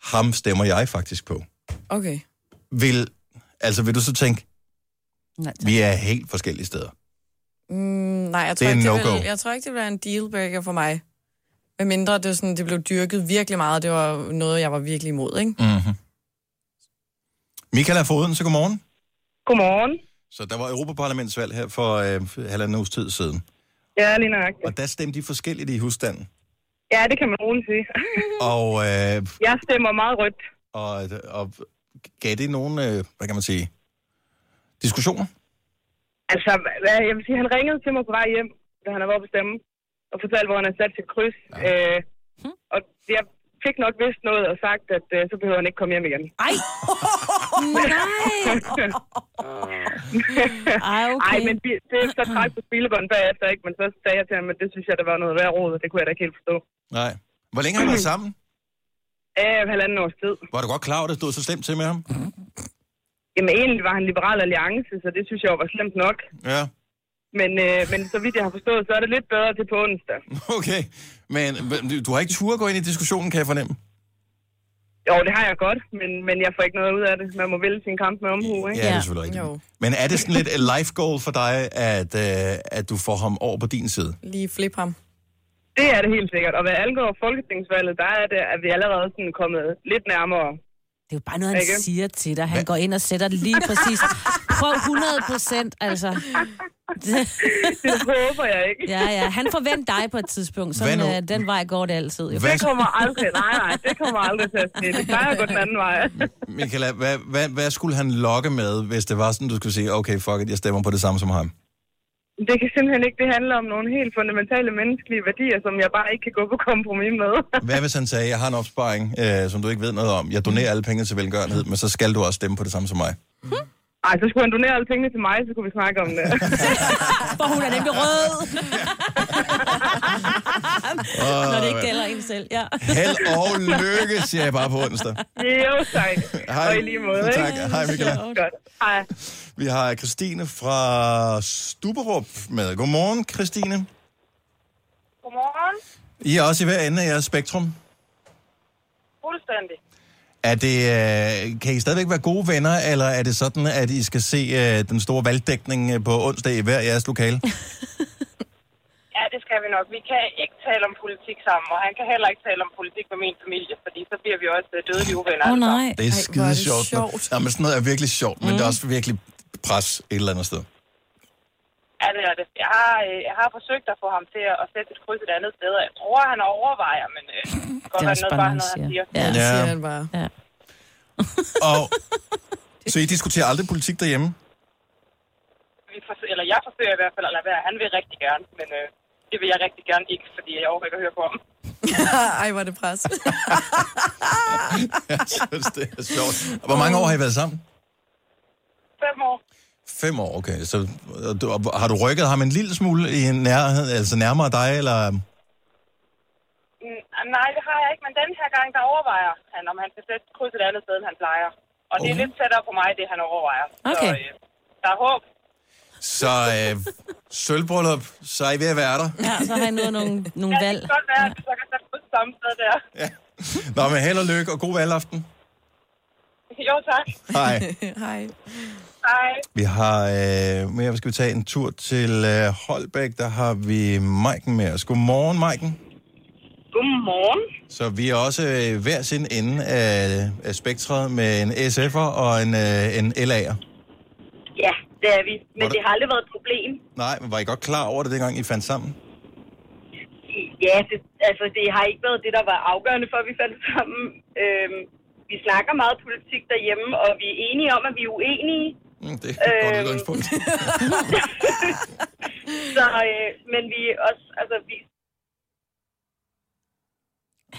Ham stemmer jeg faktisk på. Okay. Vil, altså vil du så tænke, Nej, tak. vi er helt forskellige steder? Mm, nej, jeg Det tror, er ikke, en det no-go. vil, jeg tror ikke, det bliver en dealbreaker for mig. Med mindre det, var sådan, det blev dyrket virkelig meget, det var noget, jeg var virkelig imod, ikke? Mm-hmm. Michael er foruden, så godmorgen. Godmorgen. Så der var Europaparlamentsvalg her for øh, halvanden uges tid siden, Ja, lige nøjagtigt. og der stemte de forskelligt i husstanden. Ja, det kan man roligt sige. Og, øh, Jeg stemmer meget rødt. og, og gav det nogen, øh, hvad kan man sige, diskussioner? Altså, hvad- jeg vil sige, han ringede til mig på vej hjem, da han var oppe at stemme, og fortalte, hvor han havde sat sit kryds. Ja. Øh, og jeg fik nok vidst noget og sagt, at øh, så behøver han ikke komme hjem igen. Ej! Nej! Ej, okay. Nej, men vi- det er så træk på spilebånd bagefter, ikke? Men så sagde jeg til ham, at det synes jeg, der var noget værd råd, og det kunne jeg da ikke helt forstå. Nej. Hvor længe har I været sammen? Øh, halvanden års tid. Var du godt klar over, at det stod så slemt til med ham? Jamen, egentlig var han liberal alliance, så det synes jeg jo var slemt nok. Ja, Men, øh, men så vidt jeg har forstået, så er det lidt bedre til på onsdag. okay. Men men du har ikke tur at gå ind i diskussionen, kan jeg fornemme? Jo, det har jeg godt, men, men jeg får ikke noget ud af det. Man må vælge sin kamp med omhu, Ja, ikke? det er selvfølgelig rigtigt. Jo. Men er det sådan lidt et life goal for dig, at, øh, at du får ham over på din side? Lige flip ham. Det er det helt sikkert. Og hvad angår folketingsvalget, der er det, at vi allerede sådan kommet lidt nærmere. Det er jo bare noget, han Ikke? siger til dig. Han Hvad? går ind og sætter det lige præcis. Prøv 100 procent, altså. Det håber jeg ikke. Ja, ja. Han forventer dig på et tidspunkt. Hvad Sådan, nu? øh, den vej går det altid. Jo. Det kommer aldrig. Nej, nej, det kommer aldrig til at ske. Det plejer at gå den anden vej. Michaela, hvad, hvad, hvad skulle han lokke med, hvis det var sådan, du skulle sige, okay, fuck it, jeg stemmer på det samme som ham? Det kan simpelthen ikke. Det handler om nogle helt fundamentale menneskelige værdier, som jeg bare ikke kan gå på kompromis med. Hvad hvis han sagde, jeg har en opsparing, øh, som du ikke ved noget om, jeg donerer alle pengene til velgørenhed, men så skal du også stemme på det samme som mig? Ej, så skulle han donere alle pengene til mig, så kunne vi snakke om det. For hun er nemlig rød. Når det ikke gælder en selv, ja. Held og lykke, siger jeg bare på onsdag. jo, tak. Og i lige måde, ikke? Tak. Hej, Michaela. Godt. Hej. Vi har Christine fra Stuberup med. Godmorgen, Christine. Godmorgen. I er også i hver ende af jeres spektrum. Fuldstændig. Er det, øh, kan I stadigvæk være gode venner, eller er det sådan, at I skal se øh, den store valgdækning øh, på onsdag i hver jeres lokale? Ja, det skal vi nok. Vi kan ikke tale om politik sammen, og han kan heller ikke tale om politik med min familie, fordi så bliver vi også øh, dødelige uvenner. Åh, oh, alle sammen. nej. Det er Ej, hvor skide er det sjovt. sjovt. Mm. Jamen, sådan noget er virkelig sjovt, men det er også virkelig pres et eller andet sted. Ja, det er det. Jeg har, øh, jeg har forsøgt at få ham til at sætte et kryds et andet sted, og jeg tror, han overvejer, men øh, det kan Det godt er være også noget, bare bare noget, noget, han han siger. siger. Ja. Ja. Siger han bare. ja. Og, så I diskuterer aldrig politik derhjemme? Vi forsøger, eller jeg forsøger i hvert fald at lade være. Han vil rigtig gerne, men øh, det vil jeg rigtig gerne ikke, fordi jeg overhovedet ikke at høre på ham. Ej, var det pres. Jeg synes, det er sjovt. Hvor mange år har I været sammen? Fem år. Fem år, okay. Så og du, og har du rykket ham en lille smule i nærhed, altså nærmere dig, eller... Mm, nej, det har jeg ikke, men den her gang, der overvejer han, om han skal sætte et kryds et andet sted, end han plejer. Og det er Okay. lidt tættere på mig, det han overvejer. Okay. Så øh, der er håb. Så øh, sølvbrøllup, så er I ved at være der. ja, så har jeg nået nogle, nogle Ja, det valg. kan godt være, at vi så kan sætte kryds samme sted der. Nå, men held og lykke, og god valgaften. Jo, tak. Hej. Hej. Hej. Vi har, øh, mere hvad skal vi tage en tur til øh, Holbæk, der har vi Maiken med os. Godmorgen, Maiken. Godmorgen. Så vi er også øh, hver sin ende af, af spektret med en SF'er og en, øh, en LA'er. Ja, Det er vi. Men Hvordan- det har aldrig været et problem. Nej, men var I godt klar over det, dengang I fandt sammen? Ja, det, altså det har ikke været det, der var afgørende for, at vi fandt sammen. Øhm, vi snakker meget politik derhjemme, og vi er enige om, at vi er uenige. Mm, det er et godt Øhm. udgangspunkt. Så, øh, men vi er også, altså vi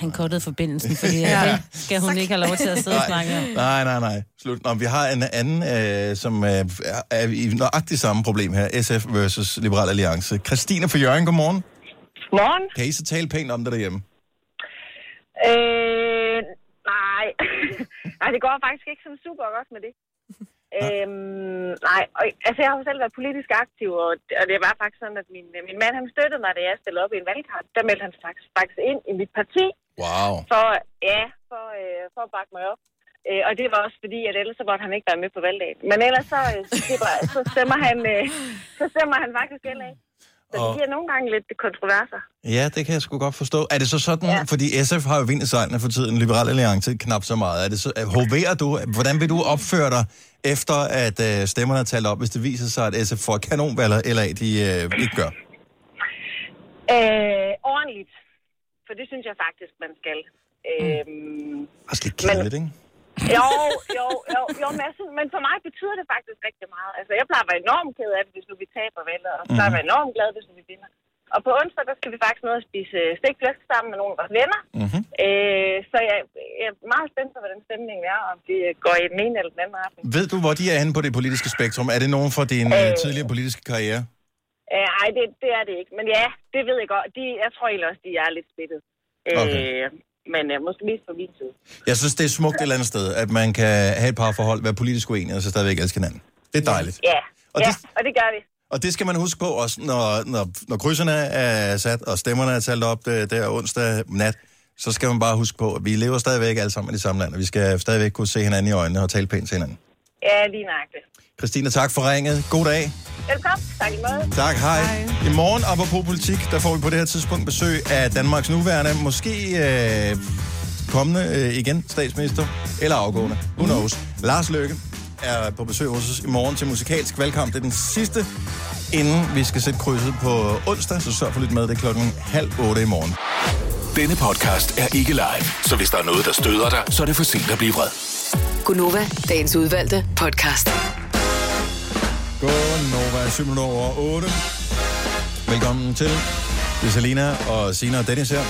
Han kottede forbindelsen, fordi Ja. ja. det skal hun ikke have lov til at sidde og snakke om. Nej, nej, nej. Slut. Nå, vi har en anden, øh, som øh, er- er i nøjagtig samme problem her. SF versus Liberal Alliance. Christine fra Jørgen, godmorgen. Morgen. Kan I så tale pænt om det derhjemme? Øh, nej. nej, det går faktisk ikke sådan super godt med det. Øhm, nej, og, altså jeg har jo selv været politisk aktiv, og, og det var faktisk sådan, at min, min mand han støttede mig, da jeg stillede op i en valgkamp. Der meldte han faktisk, faktisk ind i mit parti, Wow. for, ja, for, øh, for at bakke mig op. Øh, og det var også fordi, at ellers så måtte han ikke være med på valgdagen. Men ellers så, øh, så, stemmer, så, stemmer, han, øh, så stemmer han faktisk heller ikke. Så det Og- giver nogle gange lidt kontroverser. Ja, det kan jeg sgu godt forstå. Er det så sådan, ja. fordi SF har jo vind i sejlene for tiden, Liberal Alliance knap så meget. Er det så, øh, hoverer du, hvordan vil du opføre dig, efter at øh, stemmerne er talt op, hvis det viser sig, at SF får kanonvalger, eller de øh, ikke gør? Øh, ordentligt. For det synes jeg faktisk, man skal. Øh, Også lidt kedeligt, ikke? jo, jo, jo, jo men, jeg synes, men for mig betyder det faktisk rigtig meget. Altså, jeg plejer at være enormt ked af det, hvis nu vi taber valget, og så plejer jeg at være enormt glad, hvis nu vi vinder. Og på onsdag, der skal vi faktisk ned og spise øh, stegt flæsk sammen med nogle af vores venner. Mm-hmm. Øh, så jeg, jeg er meget spændt på, hvordan stemningen er, om det går i den ene eller den anden retning. Ved du, hvor de er henne på det politiske spektrum? Er det nogen fra din øh, tidligere politiske karriere? Øh, ej, det, det er det ikke. Men ja, det ved jeg godt. De, jeg tror egentlig også, de er lidt splittet. Øh, Okay. Men øh, måske mest for min tid. Jeg synes, det er smukt et eller andet sted, at man kan have et parforhold, være politisk uenige, og så stadigvæk elske hinanden. Det er dejligt. Ja, Og og, ja, det- det... og det gør vi. Og det skal man huske på også, når, når, når krydserne er sat, og stemmerne er talt op øh, der onsdag nat, så skal man bare huske på, at vi lever stadigvæk alle sammen i det samme land, og vi skal stadigvæk kunne se hinanden i øjnene og tale pænt til hinanden. Ja, lige nøjagtigt. Christina, tak for ringet. God dag. Velkommen. Tak i måde. Tak, hej. hej. I morgen, apropos politik, der får vi på det her tidspunkt besøg af Danmarks nuværende, måske øh, kommende øh, igen, statsminister, eller afgående, who knows. Lars Løkke er på besøg hos os i morgen til musikalsk valgkamp. Det er den sidste, inden vi skal sætte krydset på onsdag, så sørg for lidt med det er klokken halv otte i morgen. Denne podcast er ikke live, så hvis der er noget, der støder dig, så er det for sent at blive vred. Gunova, dagens udvalgte podcast. Godmorgen, Nova, 7 minutter over 8. Velkommen til. Det er Selina og Sina og Dennis her.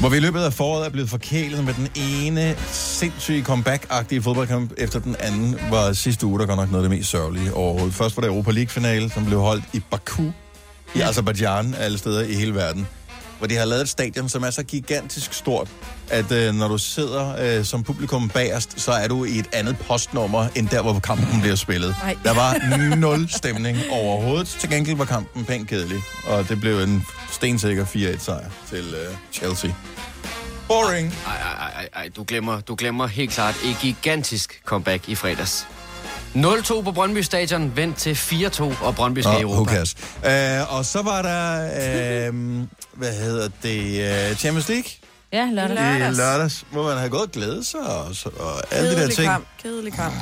Hvor vi i løbet af foråret er blevet forkælet med den ene sindssyge comeback-agtige fodboldkamp efter den anden, var sidste uge, der godt nok noget af det mest sørgelige overhovedet. Først var der Europa League-finale, som blev holdt i Baku, i Azerbaijan, alle steder i hele verden. Hvor de har lavet et stadion, som er så gigantisk stort, at øh, når du sidder øh, som publikum bagerst, så er du i et andet postnummer, end der, hvor kampen bliver spillet. Ej. Der var nul stemning overhovedet. Til gengæld var kampen pænt kedelig, og det blev en stensikker 4-1-sejr til øh, Chelsea. Boring. Ej, ej, ej, ej, ej, du glemmer, du glemmer helt klart et gigantisk comeback i fredags. 0-2 på Brøndby Stadion, vendt til 4-2, og Brøndby skal i Nå, who Europa. cares? Øh, og så var der, øh, hvad hedder det, øh, Champions League? Ja, lørdag. I lørdags, hvor man har gået og glædet sig og, så- og alle de der Kedelig ting. kamp, kedelig kamp.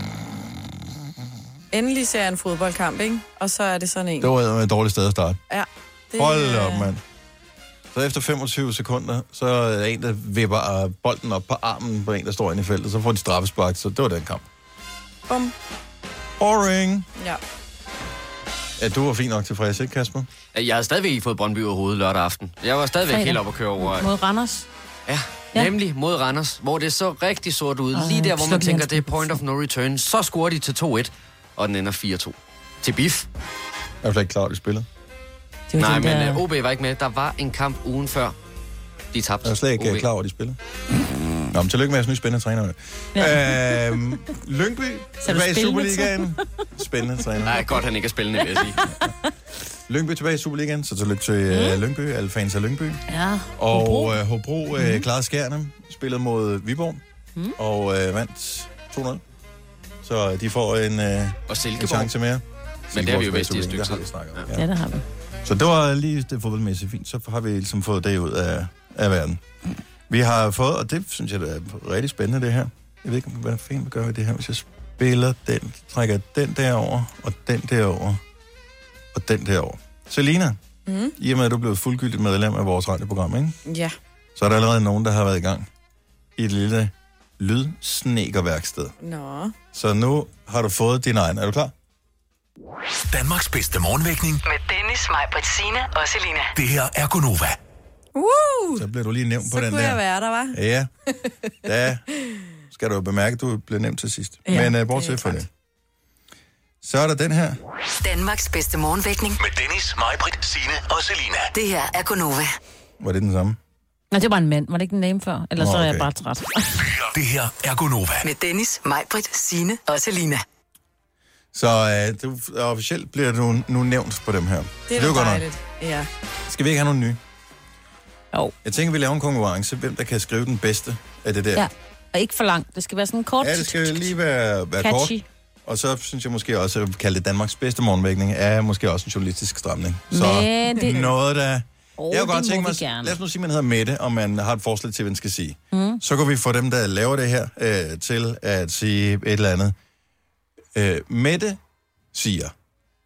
Endelig ser jeg en fodboldkamp, ikke? Og så er det sådan en. Det var et dårligt sted at starte. Ja. Det, Hold op, mand. Så efter 25 sekunder, så er der en, der vipper øh, bolden op på armen på en, der står inde i feltet. Så får de straffespark, så det var den kamp. Bum. Boring. Ja. Ja, du var fint nok tilfreds, ikke Kasper? Jeg havde stadigvæk ikke fået Brøndby overhovedet lørdag aften. Jeg var stadigvæk Fredag. helt op at køre over. øh. Mod Randers. Ja, Ja. ja, nemlig mod Randers, hvor det så rigtig sort ud. Ej, Lige der, hvor man sluk i tænker, hans det er point of no return. Så scorer de til 2-1, og den ender 4-2. Til BIF. Jeg var slet ikke klar, at vi spillede. var Nej, den men der- øh, OB var ikke med. Der var en kamp ugen før. De tabte. Jeg var slet ikke OB. okay. klar over, at de spiller. Nå, men tillykke med jeres nye spændende træner. Ja. Øhm, Lyngby, tilbage i spillende Superligaen. Spændende træner. Nej, godt han ikke er spillende, vil jeg sige. Lyngby tilbage i Superligaen, så tillykke til øh, Lyngby, alle fans af Lyngby. Ja. Og Hobro, øh, Hobro øh, klarede skærne, spillede mod Viborg mm. og øh, vandt 2-0. Så de får en, øh, Og en Silkeborg. chance mere. Men det har vi jo vidst i et Superligaen, stykke det har vi tid. snakket om, Ja, det har vi. Så det var lige det fodboldmæssigt fint. Så har vi ligesom fået det ud af, af verden. Vi har fået, og det synes jeg det er rigtig spændende det her. Jeg ved ikke, hvad fanden vi gør ved det her, hvis jeg spiller den, så trækker jeg den derover og den derover og den derover. Selina, Mm. i og med at du er blevet fuldgyldigt medlem af vores radioprogram, ikke? Ja. så er der allerede nogen, der har været i gang i et lille lydsnekerværksted. Nå. Så nu har du fået din egen. Er du klar? Danmarks bedste morgenvækning. Med Dennis, mig, Britt, Sina og Selina. Det her er Gonova. Woo! Så bliver du lige nævnt Så på den kunne der. jeg være der, var. Ja, da skal du jo bemærke, at du blev nævnt til sidst. Ja, Ja, Men uh, bortset fra det. Så er der den her. Danmarks bedste morgenvækning. Med Dennis, Majbrit, Sine og Selina. Det her er Gonova. Var det den samme? Nej, det var en mand. Var det ikke en name før? Eller Nå, så er jeg okay. bare træt. Det her er Gonova. Med Dennis, mig, Britt, Sine og Selina. Så uh, du, officielt bliver du nu nævnt på dem her. Det jo er da godt nok. dejligt. Ja. Skal vi ikke have nogle nye? Jo. Jeg tænker, vi laver en konkurrence. Hvem der kan skrive den bedste af det der? Ja. Og ikke for langt. Det skal være sådan kort. ja det skal lige være, være kort. catchy. Og så synes jeg måske også, at kalde det Danmarks bedste morgenvækning, er måske også en journalistisk stramning. Så Men det- noget, der... Oh, jeg kunne godt det tænke må mig, vi gerne. lad os nu sige, at man hedder Mette, og man har et forslag til, hvad den skal sige. Mm. Så kunne vi få dem, der laver det her, øh, til at sige et eller andet. Øh, Mette siger,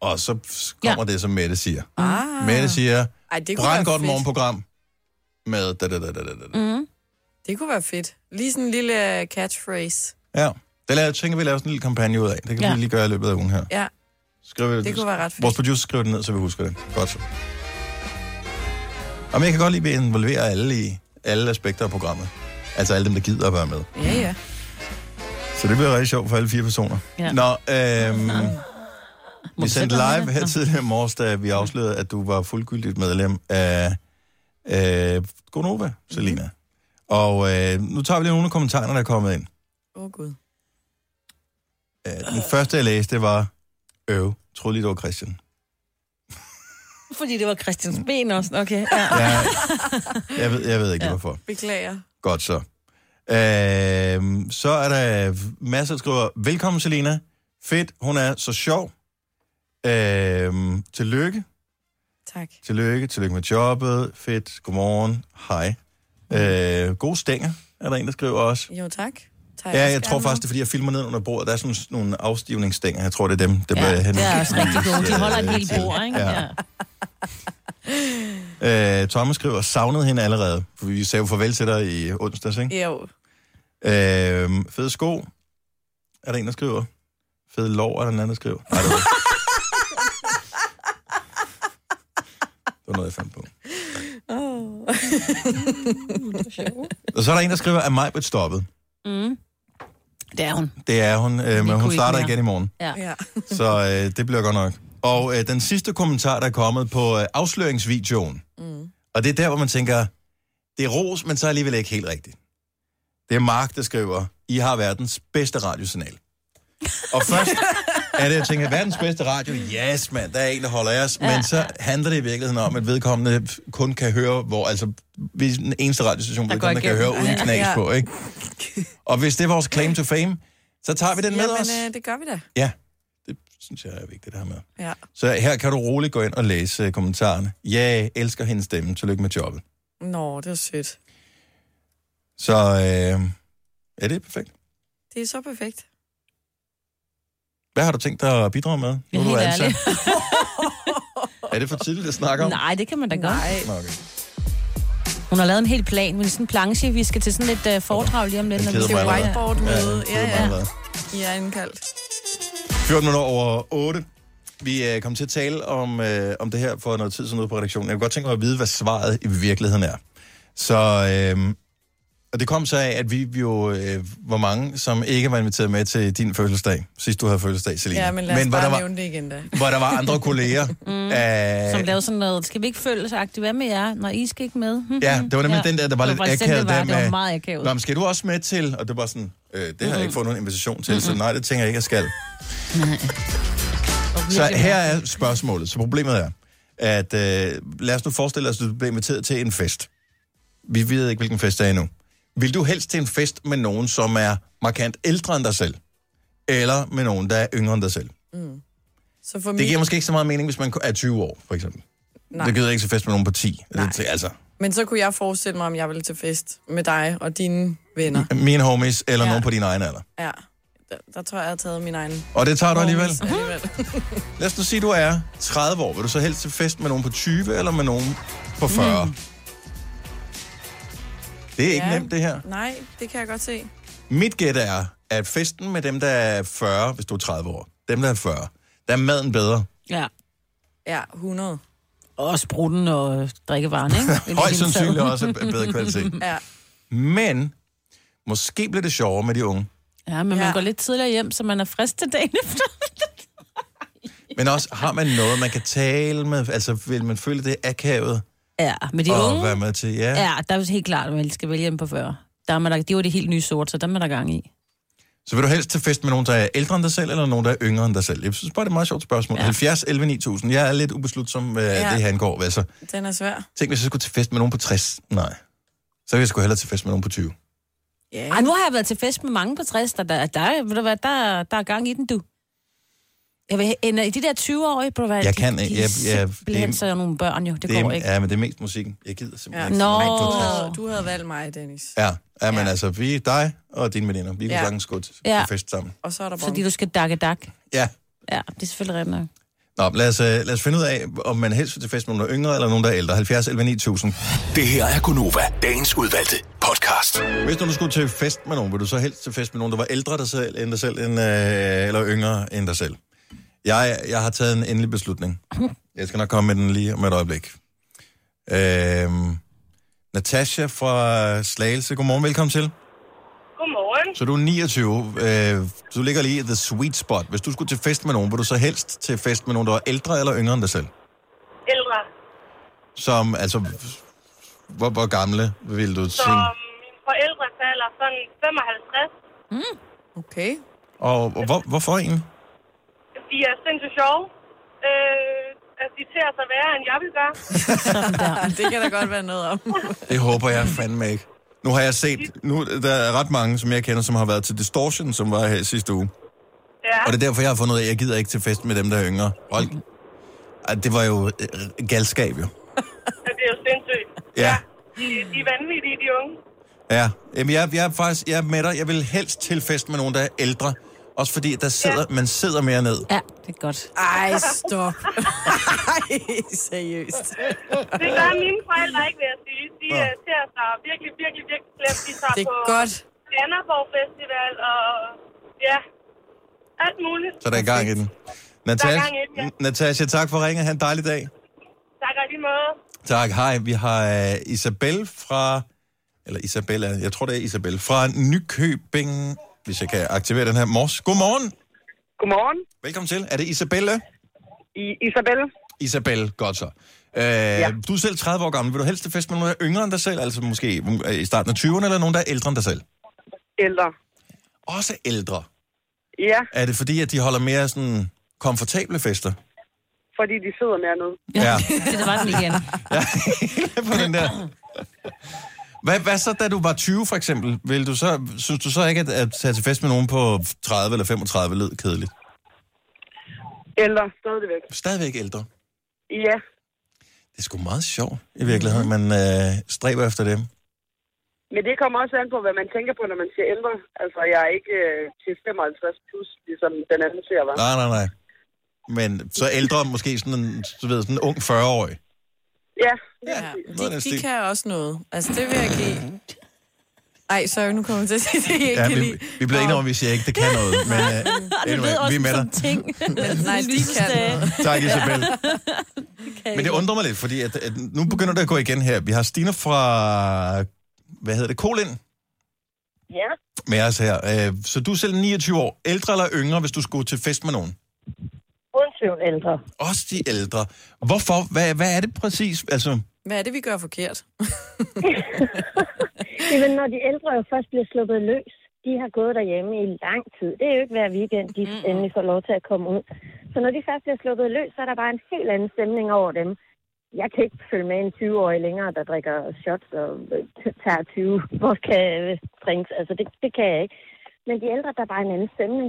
og så kommer ja. det, som Mette siger. Ah. Mette siger, Ej, det kunne brand være godt fedt. morgenprogram med da, da, da, da, da, da. Mm. Det kunne være fedt. Lige sådan en lille øh, catchphrase. Ja, det lader, jeg tænker, vi laver sådan en lille kampagne ud af. Det kan ja. Ja. vi lige gøre i løbet af ugen her. Ja, Skriv, det kunne være ret fedt. Vores producer skriver det ned, så vi husker det. Godt så. Jamen, jeg kan godt lide, at vi involverer alle i alle aspekter af programmet. Altså alle dem, der gider at være med. Ja, ja. Så det bliver rigtig sjovt for alle fire personer. Ja. Nå, øhm, vi sendte live her tidligere i morges, da vi afslørede, at du var fuldgyldigt medlem af øh, Gonova, Selina. Og øh, nu tager vi lige nogle af kommentarerne, der er kommet ind. Åh, oh, Gud. Øh, den første, jeg læste, det var, øv, troede lige, det var Christian. Fordi det var Christians ben også. Okay. Ja. Ja, jeg, ved, jeg ved ikke, ja. hvorfor. Beklager. Godt så. Øhm, så er der masser, der skriver, velkommen Selina. Fedt, hun er så sjov. Øhm, tillykke. Tak. Tillykke, tillykke med jobbet. Fedt, godmorgen, hej. Øh, gode stænger, er der en, der skriver også. Mm. Jo, tak. Tager Ja, også jeg tror gerne faktisk, det er, fordi jeg filmer ned under bordet. Der er sådan nogle afstivningsstænger. Jeg tror, det er dem, der bliver henvist. det er også rigtig gode. De holder et øh, helt til. bord, ikke? Ja. Øh, Thomas skriver, savnede hende allerede. For vi sagde jo farvel til dig i onsdags, ikke? med. Jo. Øh, fede sko, er der en, der skriver. Fede lov, er der en anden, der skriver. Nej, det var, det var noget, jeg fandt på. Oh. Og så er der en, der skriver, at mig blev stoppet. mm. Det er hun. Det er hun, øh, men kunne hun ikke starter mere. igen i morgen. Ja. ja. Så øh, det bliver godt nok. Og øh, den sidste kommentar, der er kommet på øh, afsløringsvideoen, Mm. og det er der, hvor man tænker, det er ros, men så alligevel ikke helt rigtigt. Det er Mark, der skriver, I har verdens bedste radiosignal. Og først er det, jeg tænker, verdens bedste radio, yes mand, der er en, der holder af os, men så handler det i virkeligheden om, at vedkommende kun kan høre, hvor, altså, vi er den eneste radiostation, Der går vedkommende kan høre igennem. uden Ja. knas Ja. på, ikke? Og hvis det er vores claim to fame, så tager vi den med Jamen, os. øh, det gør vi da. Ja, det synes jeg er vigtigt, det her med. Ja. Så her kan du roligt gå ind og læse øh, kommentarerne. Ja, elsker hendes stemme. Tillykke med jobbet. Nå, det var sødt. Så øh, ja, det er perfekt. Det er så perfekt. Hvad har du tænkt dig at bidrage med? Ja, du helt er, ansat? er det for tidligt at snakke om? Nej, det kan man da godt. Nej. Nå, Okay. Hun har lavet en hel plan med sådan en planche. Vi skal til sådan et uh, foredrag lige om lidt. Den når vi keder skal mig ud. allerede. Whiteboard-møde. Ja, Ja, det ja. ja, ja. I er indkaldt. 14 minutter over 8. Vi øh, kom til at tale om, øh, om det her for noget tid siden ude på redaktionen. Jeg kunne godt tænke mig at vide, hvad svaret i virkeligheden er. Så, øh, og det kom så af, at vi jo øh, var mange, som ikke var inviteret med til din fødselsdag. Sidst du havde fødselsdag, Selina. Ja, men lad os men, hvor, bare der var, nævne det igen da. hvor der var andre kolleger. Mm. af- Som lavede sådan noget, skal vi ikke følge sig aktivt? Hvad med jer, når I skal ikke med? Hmm, Ja, hmm. det var nemlig den der, der var Det lidt faktisk den, akavet. Det var, der det var med, meget akavet. Nå, men skal du også med til? Og det var sådan, øh, det har jeg ikke fået nogen invitation til, så nej, det tænker jeg ikke, jeg skal. så her er spørgsmålet. Så problemet er, at øh, lad os nu forestille os, at du bliver inviteret til en fest. Vi ved ikke, hvilken fest det er endnu. Vil du helst til en fest med nogen, som er markant ældre end dig selv? Eller med nogen, der er yngre end dig selv? Så for Det min, giver måske ikke så meget mening, hvis man er 20 år, for eksempel. Nej. Mm. Nej. Det gider ikke til fest med nogen på 10. Det, altså, Men så kunne jeg forestille mig, om jeg ville til fest med dig og dine venner. mine homies, eller ja. Ja. nogen på din egen alder. Ja. der, der tror jeg, jeg har taget min egen. Og det tager du alligevel? Morgens alligevel. Lad os nu sige, du er 30 år. Vil du så helst til fest med nogen på 20 eller med nogen på 40? Mm. Det er ikke Ja. nemt, det her. Nej, det kan jeg godt se. Mit gæt er, at festen med dem, der er 40, hvis du er 30 år, dem, der er 40, der er maden bedre. Ja. Ja, 100. Og sprutten og øh, drikkevaren, ikke? Højst sandsynligt også er bedre kvalitet. Ja. Men måske bliver det sjovere med de unge. Ja, men ja. man går lidt tidligere hjem, så man er frisk til dagen efter. Men også, har man noget, man kan tale med? Altså, vil man føle det er akavet? Ja, men de og unge... være med til, ja. Ja, der er helt klart, at man skal vælge dem på 40. Der er man der, de var det helt nye sort, så dem er der gang i. Så vil du helst til fest med nogen, der er ældre end dig selv, eller nogen, der er yngre end dig selv? Jeg synes bare, det er et meget sjovt spørgsmål. Ja. 70, 11, 9000. Jeg er lidt ubeslutsom, hvad Ja. ja. det her angår. Hvad så? Den er svær. Tænk, hvis jeg skulle til fest med nogen på 60. Nej. Så ville jeg sgu hellere til fest med nogen på 20. Ja. Ej, nu har jeg været til fest med mange på 60, der, der, der, ved du hvad, der, der er gang i den, du. Jeg vil ender i de der 20-årige, på hvad, Jeg de, kan de, ikke. er Jeg- jeg- simpelthen det- så er nogle børn jo, det, er- går ikke. Ja, men det er mest musikken. Jeg gider simpelthen ikke. Ja. Nå. Ikke Du på 60. havde, du havde valgt mig, Dennis. Ja, ja men ja. altså, vi, dig og dine veninder, vi kan Ja. ja. sagtens gå til Ja. ja. fest sammen. Og så er der bong. Fordi du skal dakke dak. Ja. Ja, det er selvfølgelig rigtigt nok. Nå, lad os, øh, lad os finde ud af, om man helst vil til fest med nogen, der er yngre eller nogen, der er ældre. 70 11 9000. Det her er Gunova, dagens udvalgte podcast. Hvis nu du skulle til fest med nogen, vil du så helst til fest med nogen, der var ældre dig selv, end dig selv end, øh, eller yngre end dig selv? Jeg, jeg har taget en endelig beslutning. Jeg skal nok komme med den lige om et øjeblik. Øhm, Natasha fra Slagelse, godmorgen, velkommen til. Godmorgen. Så du er 29, øh, så du ligger lige i the sweet spot. Hvis du skulle til fest med nogen, vil du så helst til fest med nogen, der var ældre eller yngre end dig selv? Ældre. Som, altså, hvor, hvor gamle vil du Som sige? min forældre falder sådan 55. Okay. Og, og hvor, hvorfor egentlig? De er sindssygt sjove. Øh, altså, de tager sig værre, end jeg vil gøre. Ja, det kan der godt være noget om. Det håber jeg fandme ikke. Nu har jeg set, nu der er ret mange, som jeg kender, som har været til Distortion, som var her sidste uge. Ja. Og det er derfor, jeg har fundet ud af, at jeg gider ikke til fest med dem, der er yngre. Hold. Ej, det var jo øh, galskab, jo. Men det er jo sindssygt. Ja, De, de er vanvittige, de unge. ja. Jamen, jeg, jeg er faktisk, jeg er med dig. Jeg vil helst til fest med nogen, der er ældre. Også fordi, der sidder, man sidder mere ned. Ja, det er godt. Ej, stop. Ej, seriøst. Det gør mine forældre ikke, vil jeg sige. De Nå. ja. tager sig virkelig, virkelig, virkelig slemt. De tager Det er på godt. Danderborg Festival og ja, alt muligt. Så der er gang i den. Der er Natasha, gang i den, ja. Natasha tak for ringet. Ha' en dejlig dag. Tak og i lige måde. Tak, hej. Vi har øh, Isabel fra... Eller Isabella, jeg tror det er Isabel, fra Nykøbing, hvis jeg kan aktivere den her mors. Godmorgen. Godmorgen. Velkommen til. Er det Isabella? I Isabel. Isabel, godt så. Øh, ja. Du er selv 30 år gammel. Vil du helst til fest med nogen, der er yngre end dig selv? Altså måske øh, i starten af 20'erne, eller nogen, der er ældre end dig selv? Ældre. Også ældre. Ja, Er det fordi, at de holder mere sådan komfortable fester? fordi de sidder mere nede. Ja. Det var den igen. på den der. Hvad, hvad så, da du var 20 for eksempel? Vil du så, synes du så ikke, at, at tage til fest med nogen på 30 eller 35 lød kedeligt? Ældre, stadigvæk. Stadigvæk ældre. Ja. Det er sgu meget sjovt i virkeligheden, man øh, stræber efter dem. Men det kommer også an på, hvad man tænker på, når man siger ældre. Altså, jeg er ikke øh, til 55 plus, ligesom den anden ser, var. Nej, nej, nej. Men så ældre, måske sådan en, du ved, sådan en ung 40-årig. Ja, Ja, noget af den de, de stil. kan også noget. Altså, det vil jeg give. Ej, sorry, nu kommer jeg til at sige, det jeg ikke Ja, kan vi, lide. vi bliver Nå, enige om, at vi siger ikke, det kan noget. Men øh, anyway, vi er med dig. ting. Nej, de kan noget. Tak, Isabel. Men det undrer mig lidt, fordi at, at nu begynder det at gå igen her. Vi har Stine fra, hvad hedder det, Kolind? Ja. med os her. Øh, Så du er selv 29 år. Ældre eller yngre, hvis du skulle til fest med nogen? Uden tvivl ældre. Også de ældre. Hvorfor? Hvad, hvad er det præcis? Altså, Hvad er det, vi gør forkert? Jamen, når de ældre jo først bliver sluppet løs, de har gået derhjemme i lang tid. Det er jo ikke hver weekend, de mm. endelig får lov til at komme ud. Så når de først bliver sluppet løs, så er der bare en helt anden stemning over dem. Jeg kan ikke følge med en 20-årig længere, der drikker shots og øh, t- tager 20 vodka øh, drinks. Altså, det, det kan jeg ikke. Men de ældre, der er bare en anden stemning.